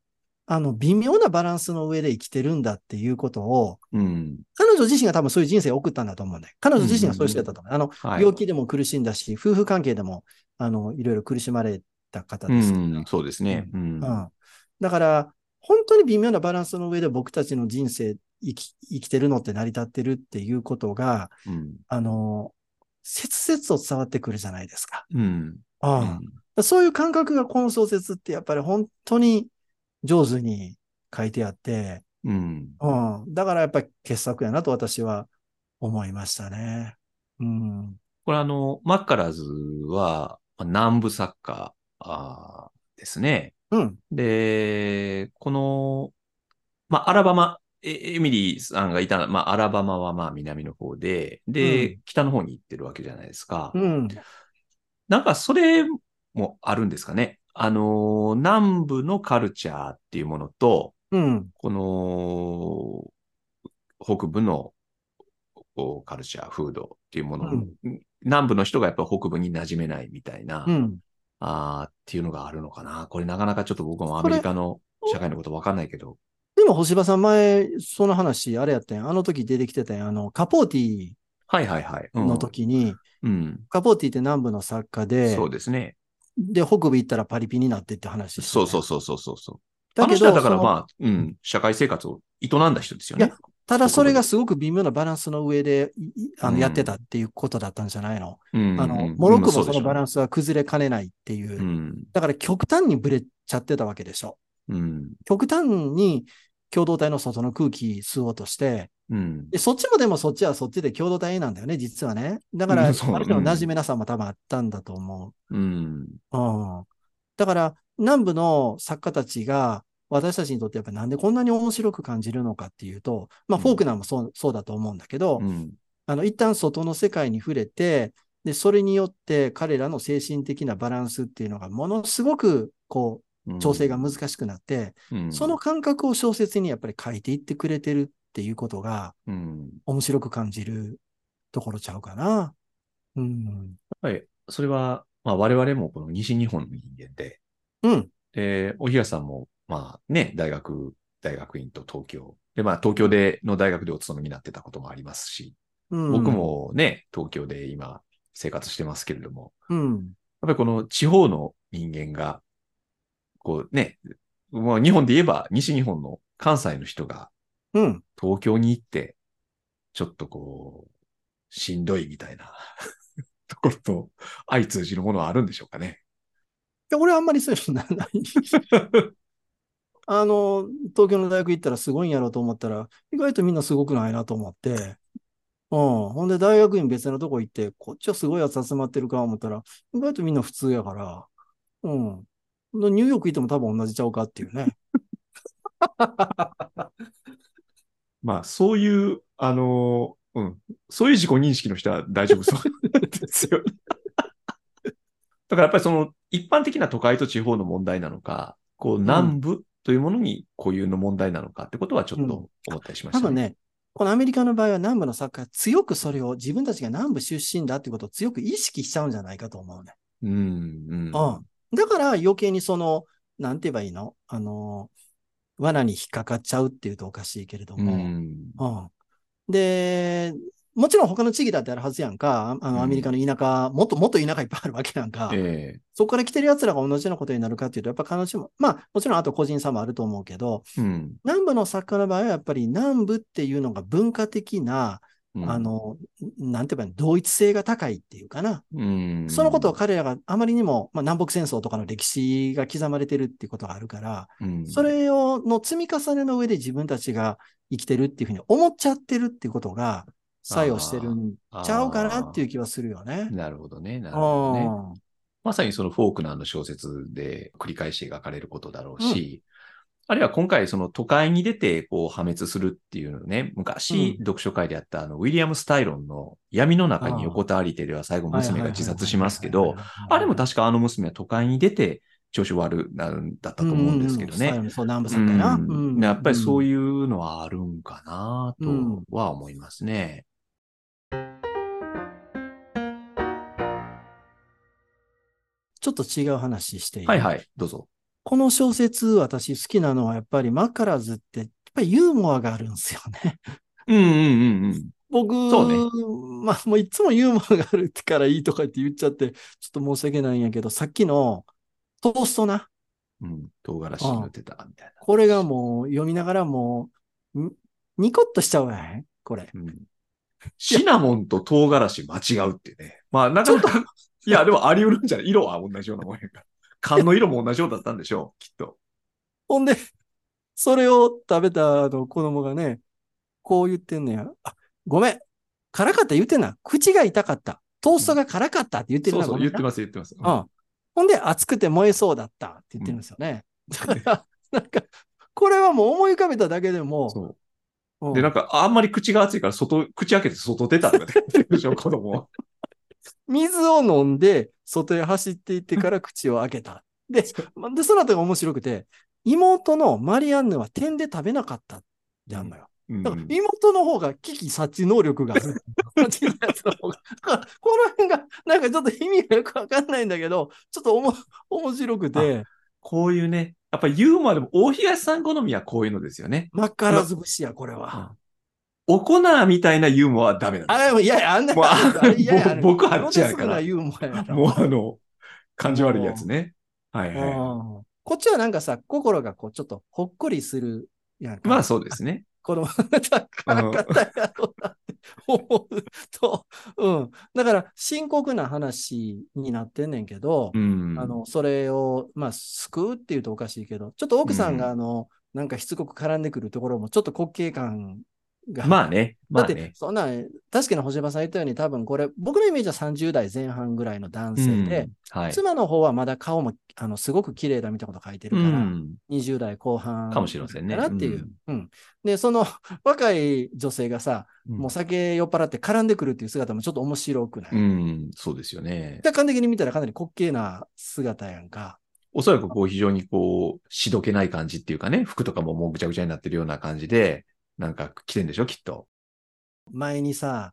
Speaker 2: あの微妙なバランスの上で生きてるんだっていうことを、
Speaker 1: うん。
Speaker 2: 彼女自身が多分そういう人生を送ったんだと思うんだよ。彼女自身がそういう人だったと思う。あの、
Speaker 1: はい。
Speaker 2: 病気でも苦しんだし、夫婦関係でも、あの、いろいろ苦しまれた方
Speaker 1: う
Speaker 2: ですから。
Speaker 1: ん。そうですね。うん。
Speaker 2: うんだから、本当に微妙なバランスの上で僕たちの人生生き、生きてるのって成り立ってるっていうことが、
Speaker 1: うん。
Speaker 2: あの、切々と伝わってくるじゃないですか。
Speaker 1: うん。
Speaker 2: う
Speaker 1: うん
Speaker 2: そういう感覚がこの小説ってやっぱり本当に上手に書いてあって、
Speaker 1: うん。
Speaker 2: うん、だからやっぱり傑作やなと私は思いましたね。うん。
Speaker 1: これあの、マッカラーズはまあ南部作家あーですね。
Speaker 2: うん。
Speaker 1: で、この、まあ、アラバマ、えエミリーさんがいた、まあ、アラバマはまあ南の方で、で、
Speaker 2: う
Speaker 1: 北の方に行ってるわけじゃないですか。
Speaker 2: うん。
Speaker 1: なんかそれもあるんですかね。あのー、南部のカルチャーっていうものと、
Speaker 2: うん。
Speaker 1: この、北部のこうカルチャー、風土っていうもの、南部の人がやっぱ北部に馴染めないみたいな、
Speaker 2: うん。
Speaker 1: あーっていうのがあるのかな。これなかなかちょっと僕もアメリカの社会のことわかんないけど。
Speaker 2: でも星葉さん前、その話、あれやったんやあの時出てきてたんやあの、カポーティ
Speaker 1: はいはいはい。うん
Speaker 2: の。時に、
Speaker 1: うん。
Speaker 2: カポーティって南部の作家で
Speaker 1: そう、ですね。
Speaker 2: で、北部行ったらパリピになってって話してた
Speaker 1: そ
Speaker 2: ね、
Speaker 1: うそうそうそうそうそう。
Speaker 2: だ
Speaker 1: あの
Speaker 2: け
Speaker 1: 人
Speaker 2: ど、
Speaker 1: はだから
Speaker 2: その
Speaker 1: まあ、うん、社会生活を営んだ人ですよ
Speaker 2: い
Speaker 1: ね
Speaker 2: や。ただそれがすごく微妙なバランスの上で、いいあ
Speaker 1: う
Speaker 2: の、
Speaker 1: ん
Speaker 2: やってたっていうことだったんじゃないの、
Speaker 1: うん、
Speaker 2: あの、もろくもそのバ
Speaker 1: ン
Speaker 2: ランスは崩れかねないっていう。
Speaker 1: ス。うん、
Speaker 2: だから極端にブレちゃってたわけでしょ。
Speaker 1: うん、
Speaker 2: 極端に共同体の外の空気吸おうとして、
Speaker 1: うん。
Speaker 2: で、そっちもでもそっちはそっちで共同体なんだよね、実はね。だから、あ
Speaker 1: う
Speaker 2: る
Speaker 1: んそう
Speaker 2: 程度
Speaker 1: うん
Speaker 2: 馴染めなさも多分あったんだと思う。
Speaker 1: うん、
Speaker 2: うん。だから、南部の作家たちが、私たちにとってやっぱりなんでこんなに面白く感じるのかっていうと、まあ、フォークナーもそう,、そうだと思うんだけど、
Speaker 1: うん。
Speaker 2: あの、一旦外の世界に触れて、で、それによって彼らの精神的なバランスっていうのがものすごく、こ
Speaker 1: うん
Speaker 2: う、調整が、難しくなって、
Speaker 1: うん
Speaker 2: その、感覚を小説にやっぱり書いていってくれてるっていうことが
Speaker 1: うん。
Speaker 2: 面白く感じるところちゃうかな。うん。
Speaker 1: はい。それは、まあ我々もこの西日本の人間で、
Speaker 2: うん。
Speaker 1: で、おひやさんも、まあね、大学、大学院と東京。で、まあ東京での大学でお勤めになってたこともありますし、
Speaker 2: うん、
Speaker 1: 僕。もね、東京で今生活してますけれども、
Speaker 2: う
Speaker 1: や
Speaker 2: ん。
Speaker 1: っぱりこの地方の人間が、こうね、まあ日本で言えば西日本の関西の人が
Speaker 2: うん。
Speaker 1: 東京に行って、ちょっとこう、しんどいみたいな ところと相通じるものはあるんでしょうかね。
Speaker 2: いや俺あんまりそういうのなない。あの、東京の大学行ったらすごいんやろうと思ったら、意外とみんなすごくないなと思って、うん。ほんで大学院別のとこ行って、こっちはすごいやつ集まってるか思ったら、意外とみんな普通やから、うん。でニューヨーク行っても多分同じちゃうかっていうね。
Speaker 1: まあ、そういう、あのーうん、そういう自己認識の人は大丈夫そう なんですよ。だからやっぱりその一般的な都会と地方の問題なのか、こう南部というものに固有の問題なのかってことはちょっと思ったりしま
Speaker 2: 多
Speaker 1: した
Speaker 2: 分
Speaker 1: ね。
Speaker 2: ね、このアメリカの場合は南部の作家は強くそれを自分たちが南部出身だってことを強く意識しちゃうんじゃないかと思うね。
Speaker 1: うん、うん。
Speaker 2: うん。だから余計にその、なんて言えばいいのあの、罠に引っかかっちゃうっていうとおかしいけれど
Speaker 1: うん。
Speaker 2: も。うん。で、もちろん他の地域だってあるはずやんか。ああ
Speaker 1: うん
Speaker 2: の、アメリカの田舎、もっともっと田舎いっぱいあるわけやんか。
Speaker 1: え
Speaker 2: そこから来てる奴らが同じようなことになるかっていうと、やっぱ彼女も、まあ、もちろんあと個人差もあると思うけど、
Speaker 1: えうん。
Speaker 2: 南部の作家の場合はやっぱり南部っていうのが文化的な、
Speaker 1: うん
Speaker 2: あ、の、なんて言えばいいの同一性が高いっていうかな。
Speaker 1: うん。
Speaker 2: そのことを彼らがあまりにも、まあ、南北戦争とかの歴史が刻まれてるっていうことがあるから、
Speaker 1: うん、
Speaker 2: それをの積み重ねの上で自分たちが生きてるっていうふうに思っちゃってるっていうことが作用してるんちゃうかなっていうう気はするよね。
Speaker 1: なるほどね。なる
Speaker 2: う
Speaker 1: ほどね。
Speaker 2: ん
Speaker 1: まさにそのフォークナーの小説で繰り返し描かれることだろうし、あるいは今回その都会に出てこう破滅するっていうのね、昔
Speaker 2: うん
Speaker 1: 読書会であったあのウィリアム・スタイロンの闇の中に横たわりてでは最後娘が自殺しますけど、、あれも確かあの娘は都会に出て調子悪なんだったと思うんですけどね。
Speaker 2: うんうんそう、南部
Speaker 1: う
Speaker 2: 作家やな。
Speaker 1: んやっぱりそう
Speaker 2: い
Speaker 1: いうのはあるんかなとは思いますね。
Speaker 2: ちょっと違う話していい
Speaker 1: はいはい、どうぞ。
Speaker 2: この小説、私好きなのはやっぱりマカラズって、やっぱりユーモアがあるんですよね。
Speaker 1: うんうんうんうん。
Speaker 2: 僕、
Speaker 1: そうね
Speaker 2: まあ、もういつもユーモアがあるからいいとかって言っちゃって、ちょっと申し訳ないんやけど、さっきのトーストな、
Speaker 1: うん、唐辛子に塗ってたみたいな。
Speaker 2: これがもう読みながらもう、んニコッとしちゃうやんこれ。
Speaker 1: うんシナモンと唐辛子間違うってね。まあ、なかなか、 いや、でもあり得るんじゃない色は同じようなもんや から。缶の色も同じようだったんでしょう、きっと。
Speaker 2: ほんで、それを食べたあの子供がね、こう言ってんのや。あ、ごめん。辛かった言ってんな。口が痛かった。トーストが辛かったって言ってる
Speaker 1: そう
Speaker 2: な。
Speaker 1: そう、
Speaker 2: ごめ
Speaker 1: 言っ
Speaker 2: んな
Speaker 1: てます、言ってます。うん
Speaker 2: うん。ほんで、熱くて燃えそうだったって言ってるんですよね。だから、なんか、これはもう思い浮かべただけでも、
Speaker 1: そうう。
Speaker 2: ん
Speaker 1: で、なんか、あんまり口が熱いから、外、口開けて外出たとかって言ってるでしょ、子供 は。
Speaker 2: 水を飲んで、外へ走っていってから口を開けた。で、で、その後が面白くて、妹のマリアンヌは点で食べなかったってあんのよ。
Speaker 1: うん
Speaker 2: だから妹の方が危機察知能力がある。この小さいやつの方がだからこの辺が、なんかちょっと意味がよくわかんないんだけど、ちょっとおも面白くて、
Speaker 1: こういうね、やっぱユーモアでも、大東さん好みはこういうのですよね。
Speaker 2: 真っからず節や、これは。
Speaker 1: おこなみたいなユーモアはダメなんです
Speaker 2: あれも、いやいや、あんな
Speaker 1: もうあ
Speaker 2: あれ嫌や、あれ
Speaker 1: 僕僕あっちやから
Speaker 2: ものすごいユーモアやから
Speaker 1: もうあの、感じ悪いやつね。はいはいは
Speaker 2: うんこっちはなんかさ、心がこう、ちょっとほっこりするや
Speaker 1: い。
Speaker 2: んか。
Speaker 1: まあそうですね。
Speaker 2: この、 だから方やろうなって思うと、うん。だから、深刻な話になってんねんけど、
Speaker 1: うん。
Speaker 2: あの、それを、まあ、救うっていうとおかしいけど、ちょっと奥さん
Speaker 1: う
Speaker 2: が、
Speaker 1: ん
Speaker 2: あの、なんかしつこく絡んでくるところも、ちょっと滑稽感が。
Speaker 1: まあね。ま
Speaker 2: だ
Speaker 1: あ
Speaker 2: って、
Speaker 1: ね。
Speaker 2: そんな、確かに星葉さん言ったように、多分これ、僕のイメージは30代前半ぐらいの男性で、
Speaker 1: うん、はい。
Speaker 2: 妻の方はまだ顔も、あの、すごく綺麗だみたいなこと書いてる
Speaker 1: う
Speaker 2: から、
Speaker 1: ん。
Speaker 2: 20代後半。
Speaker 1: かもしれませんね
Speaker 2: かなっていう。うん、で、その 若い女性がさ、もう酒酔っ払って絡んでくるっていう姿もちょっと面白くない、
Speaker 1: うん、そうですよね。
Speaker 2: 客観的に見たらかなり滑稽な姿やんか。
Speaker 1: おそらくこう非常にこう、しどけない感じっていうかね、服とかももうぐちゃぐちゃになってるような感じで、なんか来てんでしょ、きっと。
Speaker 2: 前にさ、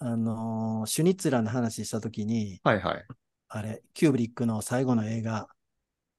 Speaker 2: あのーシュニッツラーの話したときに、
Speaker 1: はいはい。
Speaker 2: あれ、キューブリックの最後の映画、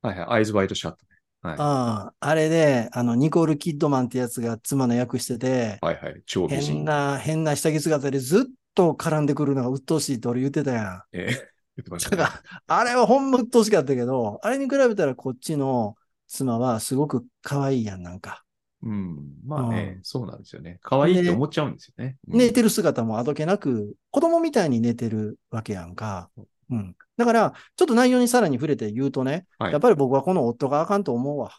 Speaker 1: はいはい。アイズワイドシャット。はい
Speaker 2: あああれで、あの、ニコール・キッドマンってやつが妻の役してて、
Speaker 1: はいはい。超美
Speaker 2: 変
Speaker 1: 人。
Speaker 2: な、変な下着姿でずっと絡んでくるのが鬱陶しいって俺言ってたやん。
Speaker 1: ええ言ってました
Speaker 2: だか
Speaker 1: ね。
Speaker 2: ら、あれはほんま鬱陶しかったけど、あれに比べたらこっちの妻はすごく可愛いやん、なんか。
Speaker 1: うん。まあね
Speaker 2: う、
Speaker 1: そうなんですよね。可愛いって思っちゃうんですよね。うん
Speaker 2: 寝てる姿もあどけなく、子供みたいに寝てるわけやんか。うん。だから、ちょっと内容にさらに触れて言うとね、
Speaker 1: はい
Speaker 2: やっぱり僕はこの夫があかんと思うわ。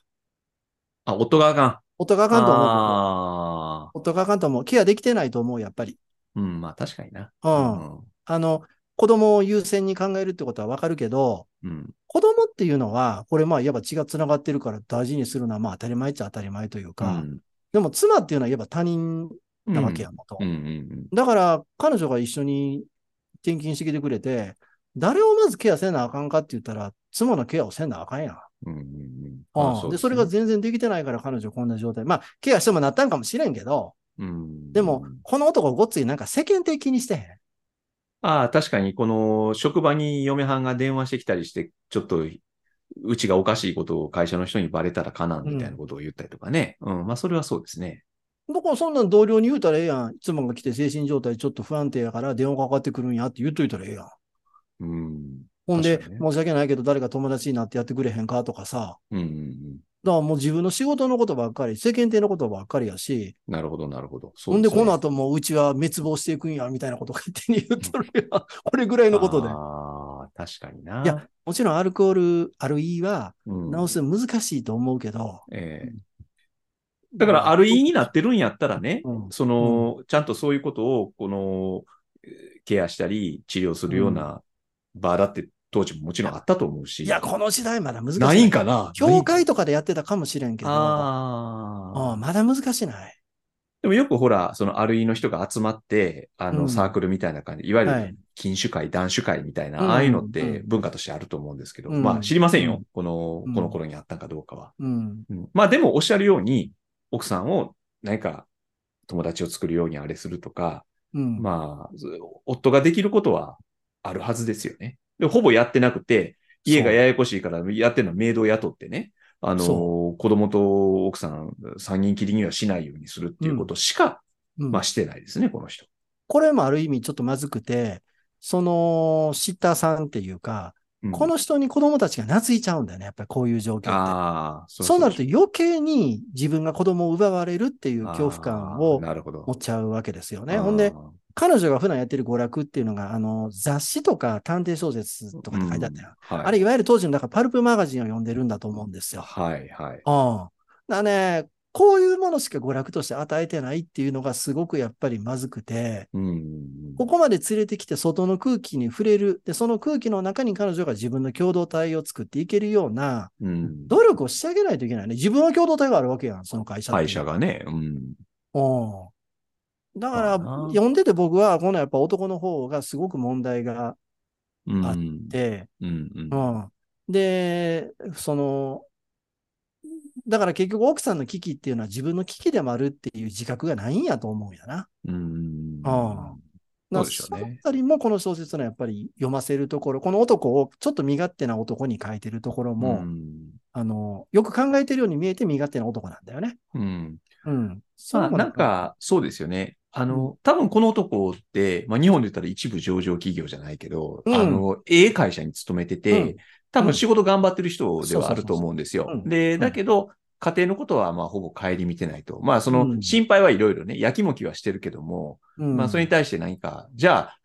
Speaker 1: あ、夫があかん。
Speaker 2: 夫があかんと思う僕。
Speaker 1: ああ
Speaker 2: 夫があかんと思う。ケアできてないと思う、やっぱり。
Speaker 1: ー。うん、まあ確かにな。
Speaker 2: うん。あの、子供を優先に考えるってことはわかるけど、
Speaker 1: うん。うん。
Speaker 2: 子供っていうのは、これまあ、いわば血が繋がってるから大事にするのはまあ当たり前っちゃ当たり前というか、でも妻っていうのは言えば他人
Speaker 1: うん
Speaker 2: なわけやもと。
Speaker 1: うんうん
Speaker 2: だから、彼女が一緒に転勤してきてくれて、誰をまずケアせなあかんかって言ったら、妻のケアをせなあかんやん。
Speaker 1: うん。うんうんうん。
Speaker 2: うん
Speaker 1: あ
Speaker 2: で、それが、全然できてないから彼女こんな状態。まあ、ケアしてもなったんかもしれんけど、
Speaker 1: うん
Speaker 2: でも、この男ごっついなんか世間的にしてへん。
Speaker 1: ああ、確かに、この、職場に嫁はんが電話してきたりして、ちょっと、うちがおかしいことを会社の人にバレたらかなんみたいなことを言ったりとかね。うん、まあ、それはそうですね。
Speaker 2: 僕はそんなん同僚に言うたらええやん。妻が来て精神状態ちょっと不安定やから電話かかってくるんやって言っといたらええやん。
Speaker 1: うん。
Speaker 2: ほんで、
Speaker 1: 確かにね
Speaker 2: 申し訳ないけど誰か友達になってやってくれへんかとかさ。
Speaker 1: うん、うんうん。
Speaker 2: だからもう自分の仕事のことばっかり、世間体のことばっかりやし、
Speaker 1: なるほど、なるほど。そ
Speaker 2: ほんでこの
Speaker 1: 後
Speaker 2: 後もううちは滅亡していくんやみたいなこと勝手に言っとる やん。これぐらいのことで。
Speaker 1: ああ、確かにな。
Speaker 2: いや、もちろんアルコール、アルイーは
Speaker 1: うん、
Speaker 2: 直すの難しいと思うけど。
Speaker 1: ええだから、ある意味になってるんやったらね、
Speaker 2: うん
Speaker 1: その、ちゃんとそういうことを、この、えーケアしたり、治療するような場だって、当時ももちろんあったと思うし。
Speaker 2: いや、この時代まだ難しい。
Speaker 1: ないんかな
Speaker 2: 教会とかでやってたかもしれんけど、
Speaker 1: あ
Speaker 2: う
Speaker 1: あ
Speaker 2: ん。まだ難しない。
Speaker 1: でもよくほら、そのあるいの人が集まって、あ
Speaker 2: う
Speaker 1: の、
Speaker 2: ん
Speaker 1: サークルみたいな感じ、いわゆ
Speaker 2: は
Speaker 1: る
Speaker 2: い
Speaker 1: 禁酒会、断酒会みたいな、
Speaker 2: うん
Speaker 1: ああいうのっ
Speaker 2: う
Speaker 1: て
Speaker 2: ん
Speaker 1: 文化としてあると思うんですけど、
Speaker 2: うん
Speaker 1: まあ知りませんよ、
Speaker 2: うん
Speaker 1: この
Speaker 2: う、ん
Speaker 1: この頃にあったかどうかは。
Speaker 2: うん。
Speaker 1: うんまあでもおっしゃるように、奥さんを何か友達を作るようにあれするとか、
Speaker 2: うん。
Speaker 1: まあ、ず夫ができることはあるはずですよね。でほぼやってなくて、家がややこしいからやってるのはメイドを雇ってね、あの、
Speaker 2: そ
Speaker 1: 子供と奥さん三人きりにはしないようにするっていうことしか、
Speaker 2: うん
Speaker 1: まあしてないですね、この人。
Speaker 2: これもある意味ちょっとまずくて、その、シッターさんっていうか、
Speaker 1: うん
Speaker 2: この人に子供たちが懐いちゃうんだよね、やっぱりこういう状況って。
Speaker 1: ああ、そ
Speaker 2: そうなると余計に自分が子供を奪われるっていう恐怖感
Speaker 1: あー
Speaker 2: を
Speaker 1: なるほど
Speaker 2: 持っちゃうわけですよね。
Speaker 1: あー
Speaker 2: ほんで、彼女が普段やってる娯楽っていうのが、あの、雑誌とか探偵小説とかって書いてあったよ。
Speaker 1: うんはい、
Speaker 2: あれ、いわゆる当時のなんかパルプマガジンを読んでるんだと思うんですよ。
Speaker 1: はい、はい。
Speaker 2: うん。だね、こういうものしか娯楽として与えてないっていうのがすごくやっぱりまずくて、
Speaker 1: うん。
Speaker 2: ここまで連れてきて外の空気に触れる。で、その空気の中に彼女が自分の共同体を作っていけるような
Speaker 1: うん。
Speaker 2: 努力をしてあげないといけないね。自分の共同体があるわけやん、その会社って
Speaker 1: 会社がね、うん。
Speaker 2: うん。だか
Speaker 1: ま
Speaker 2: ら、
Speaker 1: あな
Speaker 2: 読んでて僕は、このやっぱ男の方がすごく問題があっ
Speaker 1: うん。
Speaker 2: あっで、
Speaker 1: うん。うん
Speaker 2: うん。で、その、だから結局奥さんの危機っていうのは自分の危機でもあるっていう自覚がないんやと思うんやな。
Speaker 1: うん。
Speaker 2: あ
Speaker 1: そうでしょうね
Speaker 2: だからのあたりもこの小説のやっぱり読ませるところ、この男をちょっと身勝手な男に書いてるところも、
Speaker 1: うん
Speaker 2: あの、よく考えてるように見えて身勝手な男なんだよね。
Speaker 1: うん。
Speaker 2: うん。
Speaker 1: まあ、
Speaker 2: そう
Speaker 1: なん、か、そうですよね。あの、多分この男って、まあ、日本で言ったら一部上場企業じゃないけど、
Speaker 2: うん
Speaker 1: あの、ええ会社に勤めてて、
Speaker 2: うん
Speaker 1: 多
Speaker 2: う
Speaker 1: 分
Speaker 2: ん
Speaker 1: 仕事頑張ってる人で
Speaker 2: そうそうそう
Speaker 1: は
Speaker 2: そう
Speaker 1: あると思うんですよ。
Speaker 2: うん
Speaker 1: で、
Speaker 2: ん
Speaker 1: だけど、家庭のことは、まあ、ほぼ顧みてないと。まあ、そうの、
Speaker 2: ん
Speaker 1: 心配はいろいろね、やきもきはしてるけども、
Speaker 2: うん
Speaker 1: まあ、それに対して何か、じゃあ、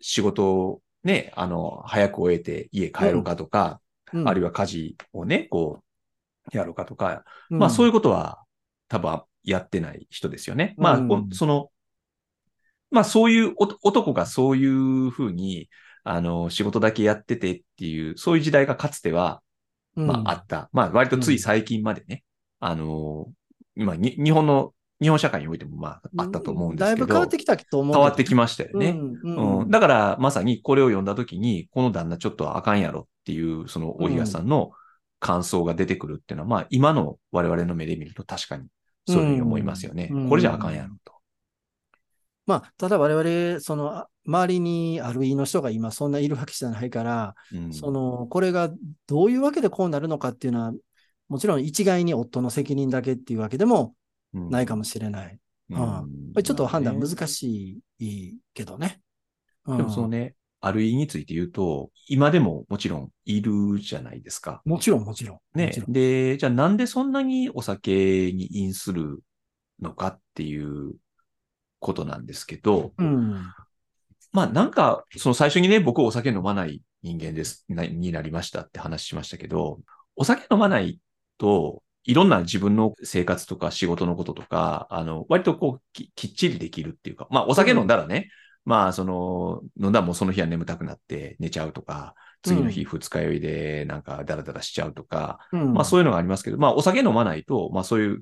Speaker 1: 仕事をね、あの、早く終えて家帰ろうかとか、あるいは家事をね、こう、やろうかとか、まあ、そうい
Speaker 2: いう
Speaker 1: ことは多分やってない人ですよね。まあ、
Speaker 2: うん
Speaker 1: こその、まあそういうお男がそういうふうに、あの、仕事だけやっててっていう、そういう時代がかつては、まああった。まあ割とつい最近までね、あの、今に、日本の、日本社会においてもまああったと思うんですけど、
Speaker 2: だいぶ変わってきたと思う。
Speaker 1: 変わってきましたよね。
Speaker 2: うんうん
Speaker 1: うん、だから、まさにこれを読んだときに、この旦那ちょっとあかんやろっていう、その大東さんの感想が出てくるっていうのは、まあ、今の我々の目で見ると確かにそういうふうに思いますよね。
Speaker 2: うん
Speaker 1: これじゃあかんやろと。
Speaker 2: まあ、ただ我々、その、あ周りにあるいの人が今そんないるわけじゃないから、
Speaker 1: うん
Speaker 2: その、これがどういうわけでこうなるのかっていうのは、もちろん一概に夫の責任だけっていうわけでもないかもしれない。
Speaker 1: うん
Speaker 2: あこれちょっと判断
Speaker 1: まあね
Speaker 2: 難しいけどね。うん
Speaker 1: でもそのね、ある意味について言うと、今でももちろんいるじゃないですか。
Speaker 2: もちろん、もちろん。も
Speaker 1: ね
Speaker 2: ちろ。ん
Speaker 1: で、じゃあなんでそんなにお酒に飲するのかっていうことなんですけど、
Speaker 2: うん。
Speaker 1: まあなんか、その最初にね、僕お酒飲まない人間です、なになりましたって話しましたけど、お酒飲まないと、いろんな自分の生活とか仕事のこととか、あの、割とこうき、きっちりできるっていうか、まあお酒飲んだらね、まあその、飲んだらもうその日は眠たくなって寝ちゃうとか、次の日二日酔いでなんかダラダラしちゃうとか、
Speaker 2: うん
Speaker 1: まあそういうのがありますけど、まあお酒飲まないと、まあそういう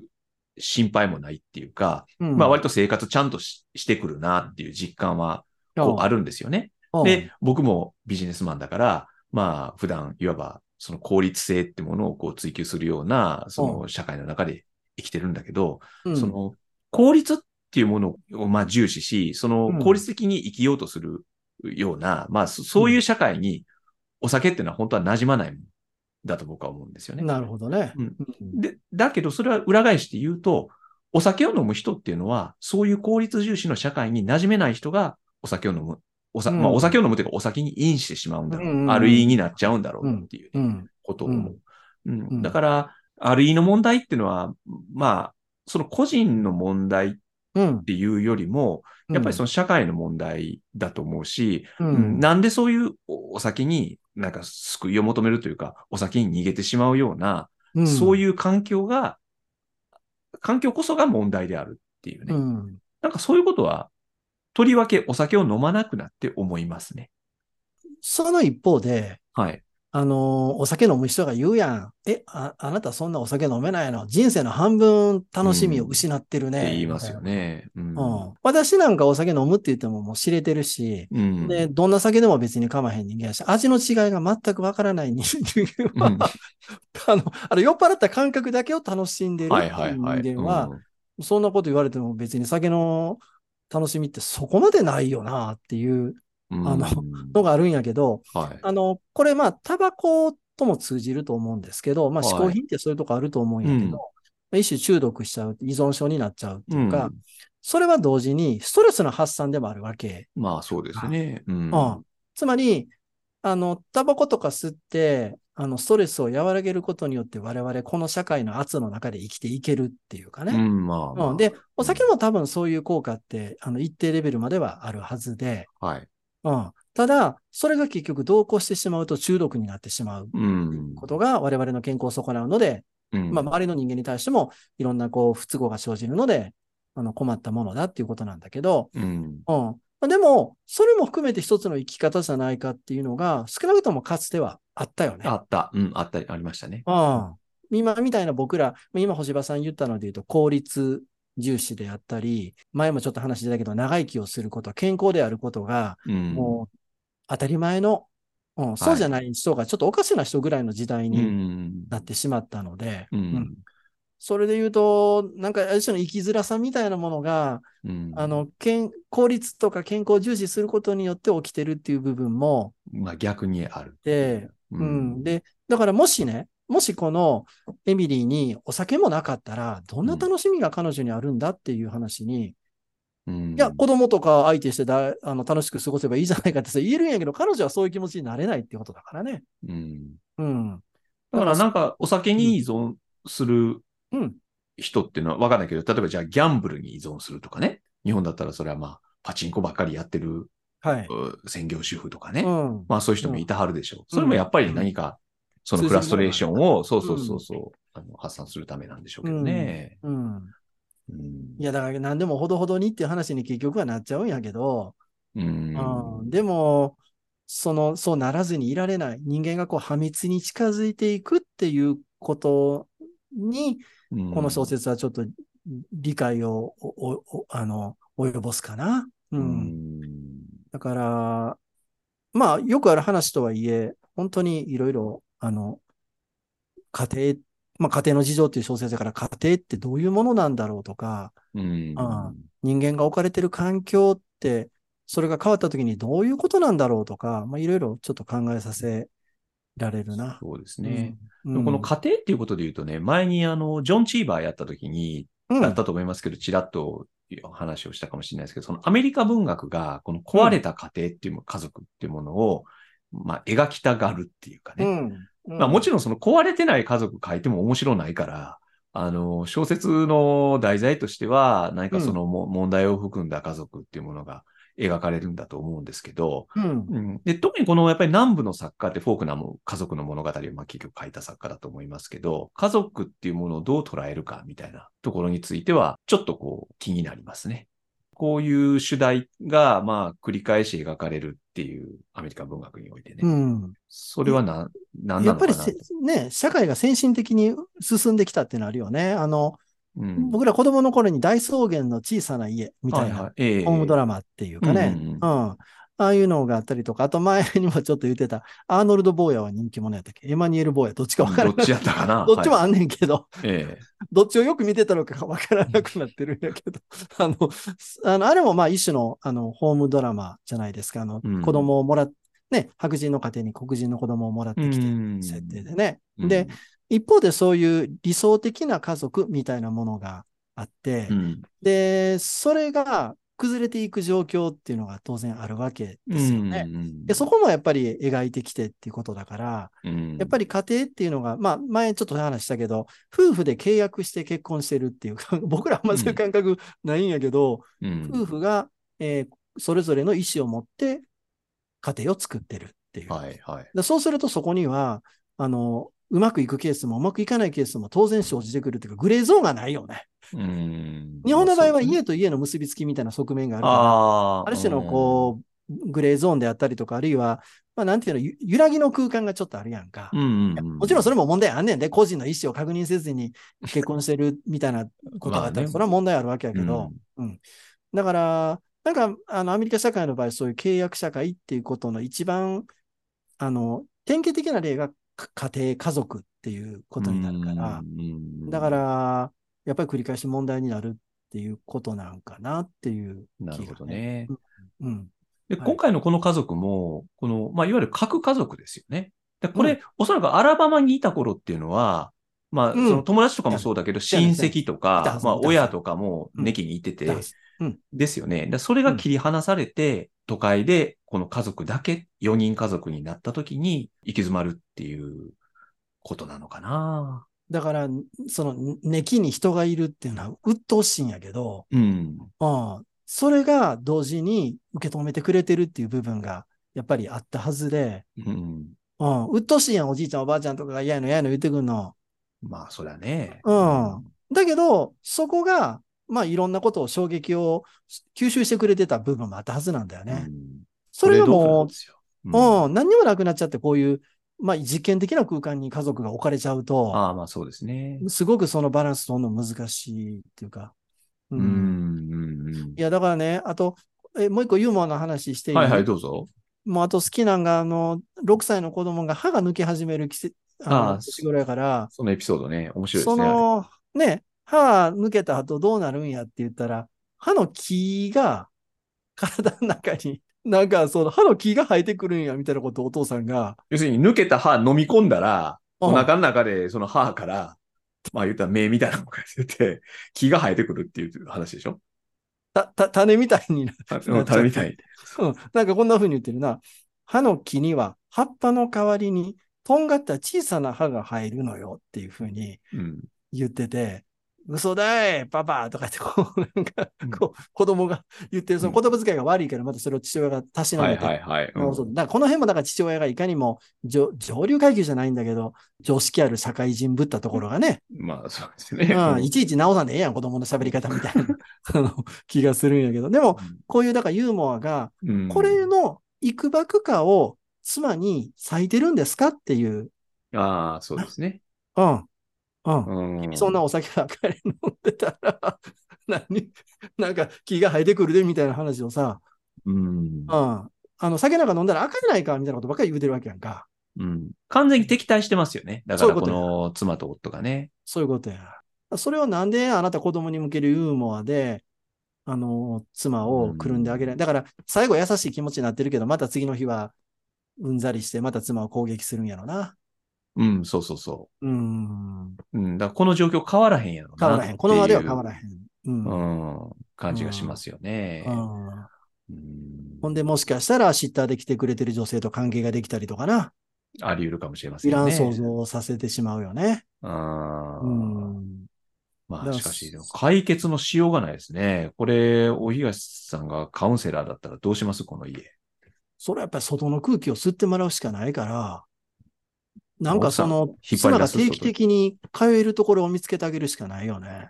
Speaker 1: 心配もないっていうか、
Speaker 2: うん
Speaker 1: まあ割と生活ちゃんとししてくるなっていう実感はこうあるんですよね。
Speaker 2: うん
Speaker 1: で、僕もビジネスマンだから、まあ、普段、いわば、その効率性ってものをこう追求するような、その社会の中で生きてるんだけど、
Speaker 2: うん
Speaker 1: その効率っていうものをまあ重視し、その
Speaker 2: うん
Speaker 1: 効率的に生きようとするような、まあ、そそういう社会にお酒っていうのは本当は馴染まないものだと僕は思うんですよね。
Speaker 2: なるほどね。
Speaker 1: うん
Speaker 2: うん
Speaker 1: で、だけどそれは裏返して言うと、お酒を飲む人っていうのは、そういう効率重視の社会に馴染めない人がお酒を飲む。おさ
Speaker 2: うん
Speaker 1: まあ、お酒を飲むというか、お酒に飲してしまうんだろう。
Speaker 2: うんうんうん
Speaker 1: ある意になっちゃうんだろうっていう
Speaker 2: う
Speaker 1: ね
Speaker 2: ん。
Speaker 1: ことを思う。うん
Speaker 2: うん
Speaker 1: だから、ある意の問題っていうのは、まあ、その個人の問題っ
Speaker 2: うん。
Speaker 1: ていうよりも、やっぱりそ
Speaker 2: の、
Speaker 1: の社会の問題だと思うし、
Speaker 2: う
Speaker 1: うん
Speaker 2: ん。
Speaker 1: なんでそういうおお酒になんか救いを求めるというか、お酒に逃げてしまうような、そう
Speaker 2: い
Speaker 1: いう環境が、環境こそが問題であるっていうね。
Speaker 2: うん。
Speaker 1: なんかそういうことは、とりわけお酒を飲まなくなって思いますね。
Speaker 2: その一方で、
Speaker 1: はい。
Speaker 2: あのー、お酒飲む人が言うやん。え、あ、あなたそんなお酒飲めないの人生の半分楽しみを失ってるね。
Speaker 1: って言いますよね。う
Speaker 2: み
Speaker 1: ん
Speaker 2: たいな。うん。私なんかお酒飲むって言ってももう知れてるし、
Speaker 1: うん。
Speaker 2: で、どんな酒でも別に構わへん人間やし、味の違いが全くわからない人
Speaker 1: うん
Speaker 2: 間は、 あの、あれ酔っ払った感覚だけを楽しんでるって
Speaker 1: はいいうはいはい。
Speaker 2: 人間は、
Speaker 1: うん
Speaker 2: そんなこと言われても別に酒の楽しみってそこまでないよなっていう
Speaker 1: うん
Speaker 2: あののがあるんやけど、
Speaker 1: はい。
Speaker 2: あの、これまあ、タバコとも通じると思うんですけど、まあ、
Speaker 1: はい
Speaker 2: 嗜好品ってそういうとこあると思うんやけど、
Speaker 1: うん
Speaker 2: まあ一種中毒しちゃう、依存症になっちゃうっていうか、
Speaker 1: うん
Speaker 2: それは同時にストレスの発散でもあるわけ。
Speaker 1: まあそうですね。うん。
Speaker 2: うんつまり、あの、タバコとか吸って、あの、ストレスを和らげることによって我々この社会の圧の中で生きていけるっていうか
Speaker 1: う
Speaker 2: ね。
Speaker 1: ん、まあまあ、
Speaker 2: うん、で、お酒も多分そういう効果って、あの、一定レベルまではあるはずで、
Speaker 1: はい。
Speaker 2: うん、ただ、それが結局同行してしまうと中毒になってしまう
Speaker 1: うん。
Speaker 2: ことが我々の健康を損なうので、
Speaker 1: うん
Speaker 2: まあ、周りの人間に対してもいろんなこう不都合が生じるので、あの困ったものだっていうことなんだけど、
Speaker 1: うん。
Speaker 2: うんまあ、でも、それも含めて一つの生き方じゃないかっていうのが、少なくともかつてはあったよね。
Speaker 1: あった。うん、あったり、ありましたね。
Speaker 2: うん、今みたいな僕ら、今星葉さん言ったので言うと、効率重視であったり、前もちょっと話してたけど、長生きをすること、健康であることが、
Speaker 1: うん。
Speaker 2: もう当たり前の、うん、そうじゃない人がちょっとおかしな人ぐらいの時代
Speaker 1: う
Speaker 2: に
Speaker 1: ん。
Speaker 2: なってしまったので、
Speaker 1: うん
Speaker 2: うんそれで言うと、なんか、ある種の生きづらさみたいなものが、
Speaker 1: うん。
Speaker 2: あ、の、健効率とか健康を重視することによって起きてるっていう部分も、
Speaker 1: まあ逆にある。
Speaker 2: で、
Speaker 1: う
Speaker 2: うん。で、だからもしね、もしこのエミリーにお酒もなかったら、どんな楽しみが彼女にあるんだっていう話に、
Speaker 1: うん
Speaker 2: いや、子供とか相手してだあの楽しく過ごせばいいじゃないかってそれ言えるんやけど、彼女はそういう気持ちになれないってことだからね。
Speaker 1: うん。
Speaker 2: うん。
Speaker 1: だからなんか、お酒に依存する
Speaker 2: うん
Speaker 1: 人っていうのはわかんないけど、例えばじゃあギャンブルに依存するとかね。日本だったらそれはまあ、パチンコばっかりやってる
Speaker 2: はい。
Speaker 1: う専業主婦とかね。
Speaker 2: うん。
Speaker 1: まあそういう人もいたはるでしょう。それもやっぱり何か、その
Speaker 2: 通ずるもの
Speaker 1: フラストレーションを、そう
Speaker 2: る
Speaker 1: そうそうそう、あの発散するためなんでしょうけどね。
Speaker 2: うん。
Speaker 1: うん
Speaker 2: いや、だから何でもほどほどにっていう話に結局はなっちゃうんやけど、
Speaker 1: うん
Speaker 2: うんでも、その、そうならずにいられない。人間がこう、破滅に近づいていくっていうことに、
Speaker 1: うん
Speaker 2: この小説はちょっと理解を、おおおあの、及ぼすかな。
Speaker 1: う
Speaker 2: うん。
Speaker 1: ん
Speaker 2: だから、まあ、よくある話とはいえ、本当にいろいろ、あの、家庭、まあ、家庭の事情っていう小説だから、家庭ってどういうものなんだろうとか、
Speaker 1: うん
Speaker 2: あ人間が置かれてる環境って、それが変わった時にどういうことなんだろうとか、まあ、いろいろちょっと考えさせられるな。
Speaker 1: そうですね。
Speaker 2: うん、
Speaker 1: でもこの家庭っていうことで言うとね、前にあの、ジョン・チーバーやった時に、
Speaker 2: うん、
Speaker 1: だったと思いますけど、ちらっと話をしたかもしれないですけど、そのアメリカ文学が、この壊れた家庭っていうも、家族っていうものを、まあ、描きたがるっていうかね。
Speaker 2: うん、
Speaker 1: まあ、も
Speaker 2: ち
Speaker 1: ちろんその壊れてない家族書いても面白ないから、あの、小説の題材としては、何かそのも、問題を含んだ家族っていうものが描かれるんだと思うんですけど、
Speaker 2: ろん。
Speaker 1: うん、で特にこのやっぱり南部の作家ってフォークナーも家族の物語をまあ結局書いた作家だと思いますけど、家族っていうものをどう捉えるかみたいなところについては、ちょっとこう気になりますね。こういう主題がまあ繰り返し描かれるっていうアメリカ文学においてね。
Speaker 2: うん。
Speaker 1: それはな、なん
Speaker 2: や
Speaker 1: なの
Speaker 2: っぱ
Speaker 1: か
Speaker 2: り
Speaker 1: な
Speaker 2: せね、社会が先進的に進んできたっていうのあるよね。あの、
Speaker 1: うん
Speaker 2: 僕ら子供の頃に大草原の小さな家みた
Speaker 1: は
Speaker 2: いな
Speaker 1: はええ
Speaker 2: ホームドラマっていうかね。
Speaker 1: う
Speaker 2: うん
Speaker 1: うん
Speaker 2: ん
Speaker 1: うん
Speaker 2: ああいうのがあったりとか、あと前にもちょっと言ってた、アーノルド・ボーヤは人気者やったっけエマニュエル・ボーヤ、どっちか分から
Speaker 1: ど
Speaker 2: な
Speaker 1: っ
Speaker 2: い。
Speaker 1: ちやったかな
Speaker 2: どっちも
Speaker 1: はい
Speaker 2: あんねんけど、
Speaker 1: ええ
Speaker 2: どっちをよく見てたのかが分からなくなってるんやけど、あの、あのあれもまあ一種のあのホームドラマじゃないですか、あの、
Speaker 1: うん
Speaker 2: 子供をもらっね、白人の家庭に黒人の子供をもらってきて
Speaker 1: うん
Speaker 2: 設定でね。
Speaker 1: うん
Speaker 2: で、一方でそういう理想的な家族みたいなものがあって、
Speaker 1: うん
Speaker 2: で、それが崩れていく状況っていうのが当然あるわけですよね。
Speaker 1: うん
Speaker 2: で、そこもやっぱり描いてきてっていうことだから、
Speaker 1: うん
Speaker 2: やっぱり家庭っていうのが、まあ前ちょっと話したけど、夫婦で契約して結婚してるっていうか、 僕らあんまそういう感覚ないんやけど、
Speaker 1: うん
Speaker 2: 夫婦が、えーそれぞれの意思を持って家庭を作ってるっていう。
Speaker 1: はいはい。
Speaker 2: でそうするとそこには、あの、うまくいくケースもうまくいかないケースも当然生じてくるっていうか、グレーゾーンがないよね。
Speaker 1: うん
Speaker 2: 日本の場合は
Speaker 1: そうですね
Speaker 2: 家と家の結びつきみたいな側面があるから、
Speaker 1: あ
Speaker 2: ある種のこう、グレーゾーンであったりとか、あるいは、まあなんていうの、ゆ揺らぎの空間がちょっとあるやんか
Speaker 1: う。ん、うんうんうん、
Speaker 2: もちろんそ
Speaker 1: れ
Speaker 2: れも問題あんねんで、個人の意思を確認せずに結婚してるみたいなことがあ
Speaker 1: まあ
Speaker 2: った
Speaker 1: ね
Speaker 2: ら、それは問題あるわけやけど、、だから、なんか、あの、アメリカ社会の場合、そういう契約社会っていうことの一番、あの、典型的な例がか家庭、家族っていうことになるから
Speaker 1: う、ん
Speaker 2: だか、ら、やっぱり繰り返し問題になるっていうことなんかなっていう気が、
Speaker 1: なるほど。ね。
Speaker 2: うん。
Speaker 1: で、
Speaker 2: はい
Speaker 1: 今回のこの家族も、この、まあ、いわゆる核家族ですよね。で、これ、おそらくアラバマにいた頃っていうのは、まあ、
Speaker 2: うん
Speaker 1: その友達とかもそうだけど、親戚と
Speaker 2: いたは
Speaker 1: か、
Speaker 2: ず
Speaker 1: ま
Speaker 2: いた
Speaker 1: あ、
Speaker 2: はず
Speaker 1: 親とかもネキにいてて、
Speaker 2: だから
Speaker 1: ですよね。でそれが切り離されて、都会でこの家族だけ、4人家族になった時に行き詰まるっていうことなのかな。
Speaker 2: だから、その、根気に人がいるっていうのは鬱陶しいんやけど、
Speaker 1: うん。
Speaker 2: うん。それが同時に受け止めてくれてるっていう部分が、やっぱりあったはずで、
Speaker 1: うん。
Speaker 2: うん。鬱陶しいやん、おじいちゃん、おばあちゃんとかが嫌やの嫌やの言ってくんの。
Speaker 1: まあ、そりゃね。
Speaker 2: うんだけど、そこが、まあ、いろんなことを、衝撃を吸収してくれてた部分もあったはずなんだよ
Speaker 1: う
Speaker 2: ね。
Speaker 1: ん
Speaker 2: それが
Speaker 1: トレードオフなん
Speaker 2: も
Speaker 1: ですよ
Speaker 2: う、うん、何にもなくなっちゃって、こういう、まあ、実験的な空間に家族が置かれちゃうと、
Speaker 1: ああ、まあそうですね。
Speaker 2: すごくそのバランス取るの難しいっていうか。う
Speaker 1: うん。うん
Speaker 2: いや、だからね、あと、えもう一個ユーモアの話していい
Speaker 1: はいはい、どうぞ。
Speaker 2: もうあと好きなんが、あの、6歳の子供が歯が抜け始める季節、
Speaker 1: ああ
Speaker 2: あの、年頃やから、
Speaker 1: そのエピソードね、面白いで
Speaker 2: そ
Speaker 1: すね。あ
Speaker 2: の、ね、歯抜けた後どうなるんやって言ったら、歯の木が体の中に、なんかその歯の木が生えてくるんやみたいなことをお父さんが、
Speaker 1: れ要するに抜けた歯飲み込んだら、
Speaker 2: うん
Speaker 1: お腹の中でその歯から、まあ言ったら目みたいなのが出て、 木が生えてくるっていう話でしょ
Speaker 2: た、た、種みたいにな、
Speaker 1: あのタレみたい。
Speaker 2: うん、なんかこんな風に言ってるな。歯の木には葉っぱの代わりにとんがった小さな歯が生えるのよっていう風に
Speaker 1: うん。
Speaker 2: 言ってて、嘘だい、パパとかってこう、なんか、こう、子供が言ってる、その言葉遣いが悪いから、またそれを父親がたしな
Speaker 1: は
Speaker 2: め
Speaker 1: い
Speaker 2: て、
Speaker 1: はいはい。うん
Speaker 2: そうそうだからこの辺もだから父親がいかにも上上流階級じゃないんだけど、常識ある社会人ぶったところがね、
Speaker 1: まあそうですね。
Speaker 2: うん、いちいち直さんでええやん、子供の喋り方みたいな あの気がするんやけど、でも、こういうだからユーモアが、
Speaker 1: うん
Speaker 2: これのいくばくかを妻に割いてるんですかっていう、
Speaker 1: ああ、そうですね。
Speaker 2: うん、うん。
Speaker 1: うん
Speaker 2: そんなお酒ばっかり飲んでたら、 何なんか気が生えてくるでみたいな話をさ、
Speaker 1: うん
Speaker 2: うん、あの酒なんか飲んだらあかんやないかみたいなことばっかり言うてるわけやんか。
Speaker 1: うん完全に敵対してますよね。だか
Speaker 2: そうい
Speaker 1: ら
Speaker 2: うこ
Speaker 1: こと
Speaker 2: や
Speaker 1: の妻と夫がね。
Speaker 2: そういうことや。それをなんであなた子供に向けるユーモアで、あの、妻をくるんであげない。だから、最後優しい気持ちになってるけど、また次の日はうんざりして、また妻を攻撃するんやろな。
Speaker 1: うん、そうそうそう
Speaker 2: ーん。
Speaker 1: う。うん、だからこの状況変わらへんやろ
Speaker 2: 変わらへん。このままでは変わ
Speaker 1: ら
Speaker 2: らへん。うん。うん
Speaker 1: ん。うん、感じがしますよね。うん
Speaker 2: ほんで、もしかしたら、シッターで来てくれてる女性と関係ができたりとかな。
Speaker 1: あり得るかもしれません
Speaker 2: い
Speaker 1: ね。
Speaker 2: らん想像をさせてしまうよね。
Speaker 1: あー
Speaker 2: うん。
Speaker 1: ま
Speaker 2: だ
Speaker 1: あ、
Speaker 2: から
Speaker 1: しかし、でも解決のしようがないですね。これ、お東さんがカウンセラーだったらどうしますこの家。
Speaker 2: それはやっぱり外の空気を吸ってもらうしかないから、なんかその、
Speaker 1: 引っ張り
Speaker 2: 妻
Speaker 1: 出
Speaker 2: が
Speaker 1: す
Speaker 2: 定期的に通えるところを見つけてあげるしかないよね。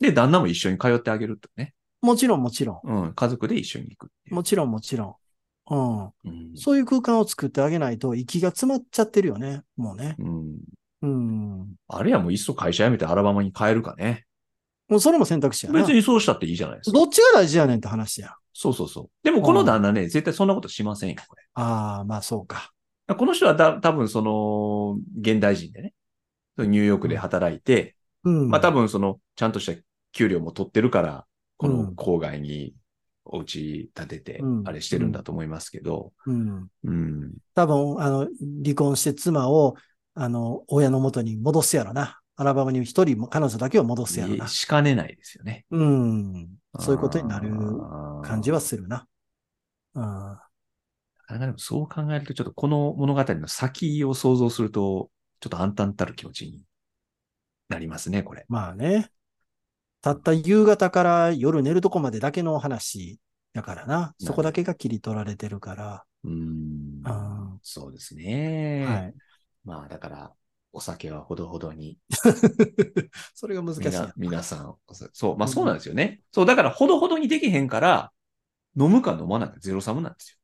Speaker 1: で、旦那も一緒に通ってあげるとね。
Speaker 2: もちろんもちろ
Speaker 1: うん、家族で一緒に行くって
Speaker 2: ん。
Speaker 1: い
Speaker 2: もちろんもちろん。うん。
Speaker 1: う。うん
Speaker 2: そういう空間を作ってあげないと、息が詰まっちゃってるよね。もうね。
Speaker 1: うん、
Speaker 2: うん。
Speaker 1: あれやもういっそ会社辞めてアラバマに帰るかね。
Speaker 2: もうそれも選択肢やな。
Speaker 1: 別にそうしたっていいじゃないですか。
Speaker 2: どっちが大事やねんって話や。
Speaker 1: そうそうそう。でもこの旦那ね、絶対そんなことしませんよ、これ。
Speaker 2: ああ、まあそうか。
Speaker 1: この人はだ多分その、現代人でね、ニューヨークで働いて、
Speaker 2: うん。
Speaker 1: まあ多分その、ちゃんとした給料も取ってるから、こ
Speaker 2: う
Speaker 1: の
Speaker 2: ん
Speaker 1: 郊外にお家建てて
Speaker 2: う、ん
Speaker 1: あれしてるんだと思いますけど、
Speaker 2: うん。
Speaker 1: うん。
Speaker 2: 多分、あの、離婚して妻を、あの、親の元に戻すやろな。アラバマに一人も、彼女だけを戻すやろな。
Speaker 1: しかねないですよね。
Speaker 2: うん。そういうことになる感じ
Speaker 1: は。
Speaker 2: はするな。うん。
Speaker 1: なかなかでもそう考えると、ちょっとこの物語の先を想像すると、ちょっと暗淡たる気持ちになりますね、これ。
Speaker 2: まあね。たった夕方から夜寝るとこまでだけの話だからな。そこだけが切り取られてるから。
Speaker 1: うん
Speaker 2: あー
Speaker 1: そうですね。
Speaker 2: はい。
Speaker 1: まあだから、お酒はほどほどに。
Speaker 2: それが難しい
Speaker 1: み
Speaker 2: やん
Speaker 1: な皆さん、お酒そう、まあそうなんですよね。そう、だからほどほどにできへんから、飲むか飲まないかゼロサムなんです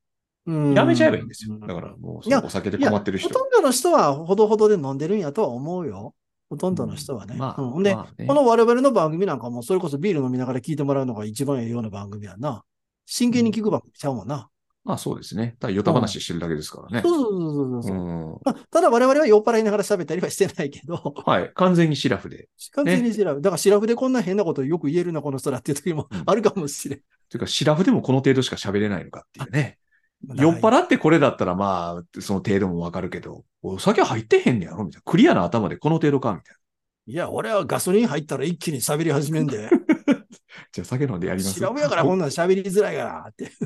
Speaker 2: うん
Speaker 1: よ。やめちゃえばいいんですよ。
Speaker 2: う
Speaker 1: だからもうそ
Speaker 2: いや
Speaker 1: のお酒で困ってる人
Speaker 2: ほ。とんどの人はほどほどで飲んでるんやとは思うよ。ほとんどの人はね。
Speaker 1: うんまあ、
Speaker 2: うん、ほんで、
Speaker 1: まあね
Speaker 2: この我々の番組なんかも、それこそビール飲みながら聞いてもらうのが一番ええような番組やんな。真剣に聞く番組ちゃうもんな。
Speaker 1: まあそうですね。ただ、ヨタ話してるだけですからね。
Speaker 2: そうそうそうそうそうう、
Speaker 1: ん。
Speaker 2: まあ。ただ我々は酔っ払いながら喋ったりはしてないけど、
Speaker 1: はい。完全にシラフで。
Speaker 2: 完全にシラフ。だからシラフでこんな変なことよく言えるな、この人らっていう時も
Speaker 1: うん
Speaker 2: あるかもしれん。
Speaker 1: というか、シラフでもこの程度しか喋れないのかっていうね。酔っ
Speaker 2: い
Speaker 1: 払ってこれだったら、まあ、その程度もわかるけど、お酒入ってへんねやろみたいな。クリアな頭でこの程度かみたい
Speaker 2: や、俺はガソリン入ったら一気に喋り始めん で。
Speaker 1: な。じゃあ酒飲んでやります。
Speaker 2: シラフやからこんなん喋りづらいからって。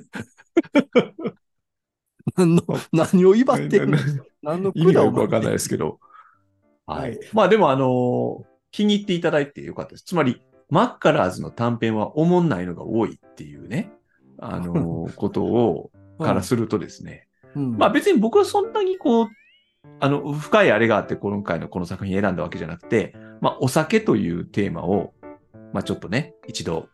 Speaker 2: 何の何を威張 ってんの 何の
Speaker 1: 意味がよく
Speaker 2: わ
Speaker 1: わかんないですけど。は
Speaker 2: はいい。
Speaker 1: まあでも、あのー気に入っていただいてよかったです。つまり、マッカラーズの短編はおもんないのが多いっていうね、あのー ことを、からするとですね、
Speaker 2: うん
Speaker 1: まあ別に僕はそんなにこう、あの、深いあれがあって、今回のこの作品選んだわけじゃなくて、まあお酒というテーマを、まあちょっとね、一度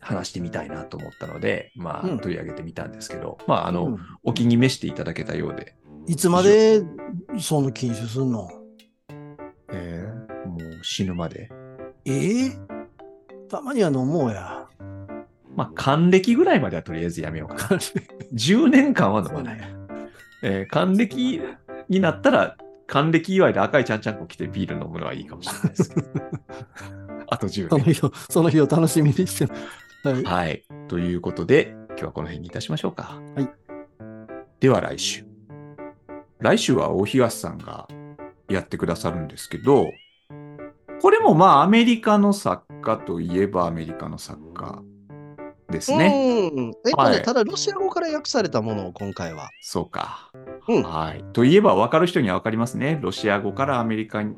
Speaker 1: 話してみたいなと思ったので、まあ
Speaker 2: うん
Speaker 1: 取り上げてみたんですけど、まああの、
Speaker 2: うん
Speaker 1: お気に召していただけたようで、
Speaker 2: いつまでその禁酒すんの
Speaker 1: えーもう死ぬまで。
Speaker 2: ええたまには飲もうや。
Speaker 1: まあ還暦ぐらいまではとりあえずやめようかな。10年間は飲まない。えー還暦になったら、還暦祝いで赤いちゃんちゃんこ着てビール飲むのはいいかもしれないです けど。あと10
Speaker 2: その
Speaker 1: 年。
Speaker 2: 日を、その日を楽しみにしてる。はい。
Speaker 1: はい。ということで、今日はこの辺にいたしましょうか。
Speaker 2: はい。
Speaker 1: では来週。来週は大東さんがやってくださるんですけど、これもまあアメリカの作家といえばアメリカの作家ですね。
Speaker 3: うん。えっとね、
Speaker 1: はい
Speaker 3: ただロシア語から訳されたものを今回は。
Speaker 1: そうか。
Speaker 3: うん
Speaker 1: はい。といえば分かる人には分かりますね。ロシア語からアメリカに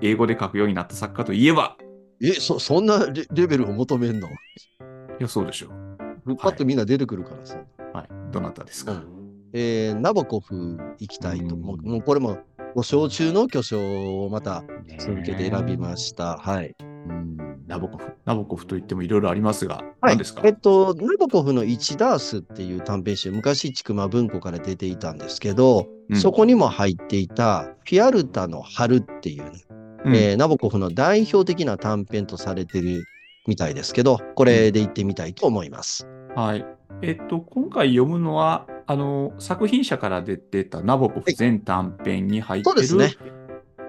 Speaker 1: 英語で書くようになった作家といえば
Speaker 2: え、そ、そんなレレベルを求めんの
Speaker 1: いや、そうでしょう。
Speaker 2: パッとみんな出てくるからさ。
Speaker 1: はい。どなたですか、
Speaker 2: えーナボコフ行きたいと。
Speaker 1: うん
Speaker 2: もうもうこれも、ご承中の巨匠をまた続けて選びました。はい。
Speaker 1: うんナボコフ。ナボコフといってもいろいろありますが、
Speaker 2: はい
Speaker 1: 何ですか
Speaker 2: えっと、ナボコフの1ダースっていう短編集、昔、千曲文庫から出ていたんですけど、
Speaker 1: うん
Speaker 2: そこにも入っていた、フィアルタの春っていうね、
Speaker 1: うん
Speaker 2: えーナボコフの代表的な短編とされてるみたいですけど、これで行ってみたいと思います。
Speaker 1: はい。えっと、今回読むのは、あの、作品者から出てたナボコフ
Speaker 2: はい
Speaker 1: 全短編に入って
Speaker 2: そうですね
Speaker 1: る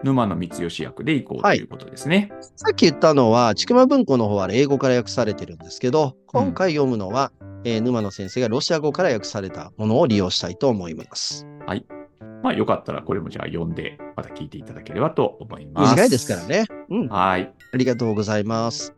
Speaker 1: 沼野光義役でいこうと
Speaker 2: はい
Speaker 1: いうことですね。
Speaker 2: さっき言ったのは、ちくま文庫の方は英語から訳されてるんですけど、今回読むのは、えー沼野先生がロシア語から訳されたものを利用したいと思います。
Speaker 1: まあ、よかったらこれもじゃあ読んで、また聞いていただければと思います。
Speaker 2: 短いですから。ね。うん。
Speaker 1: はい。
Speaker 2: ありがとうございます。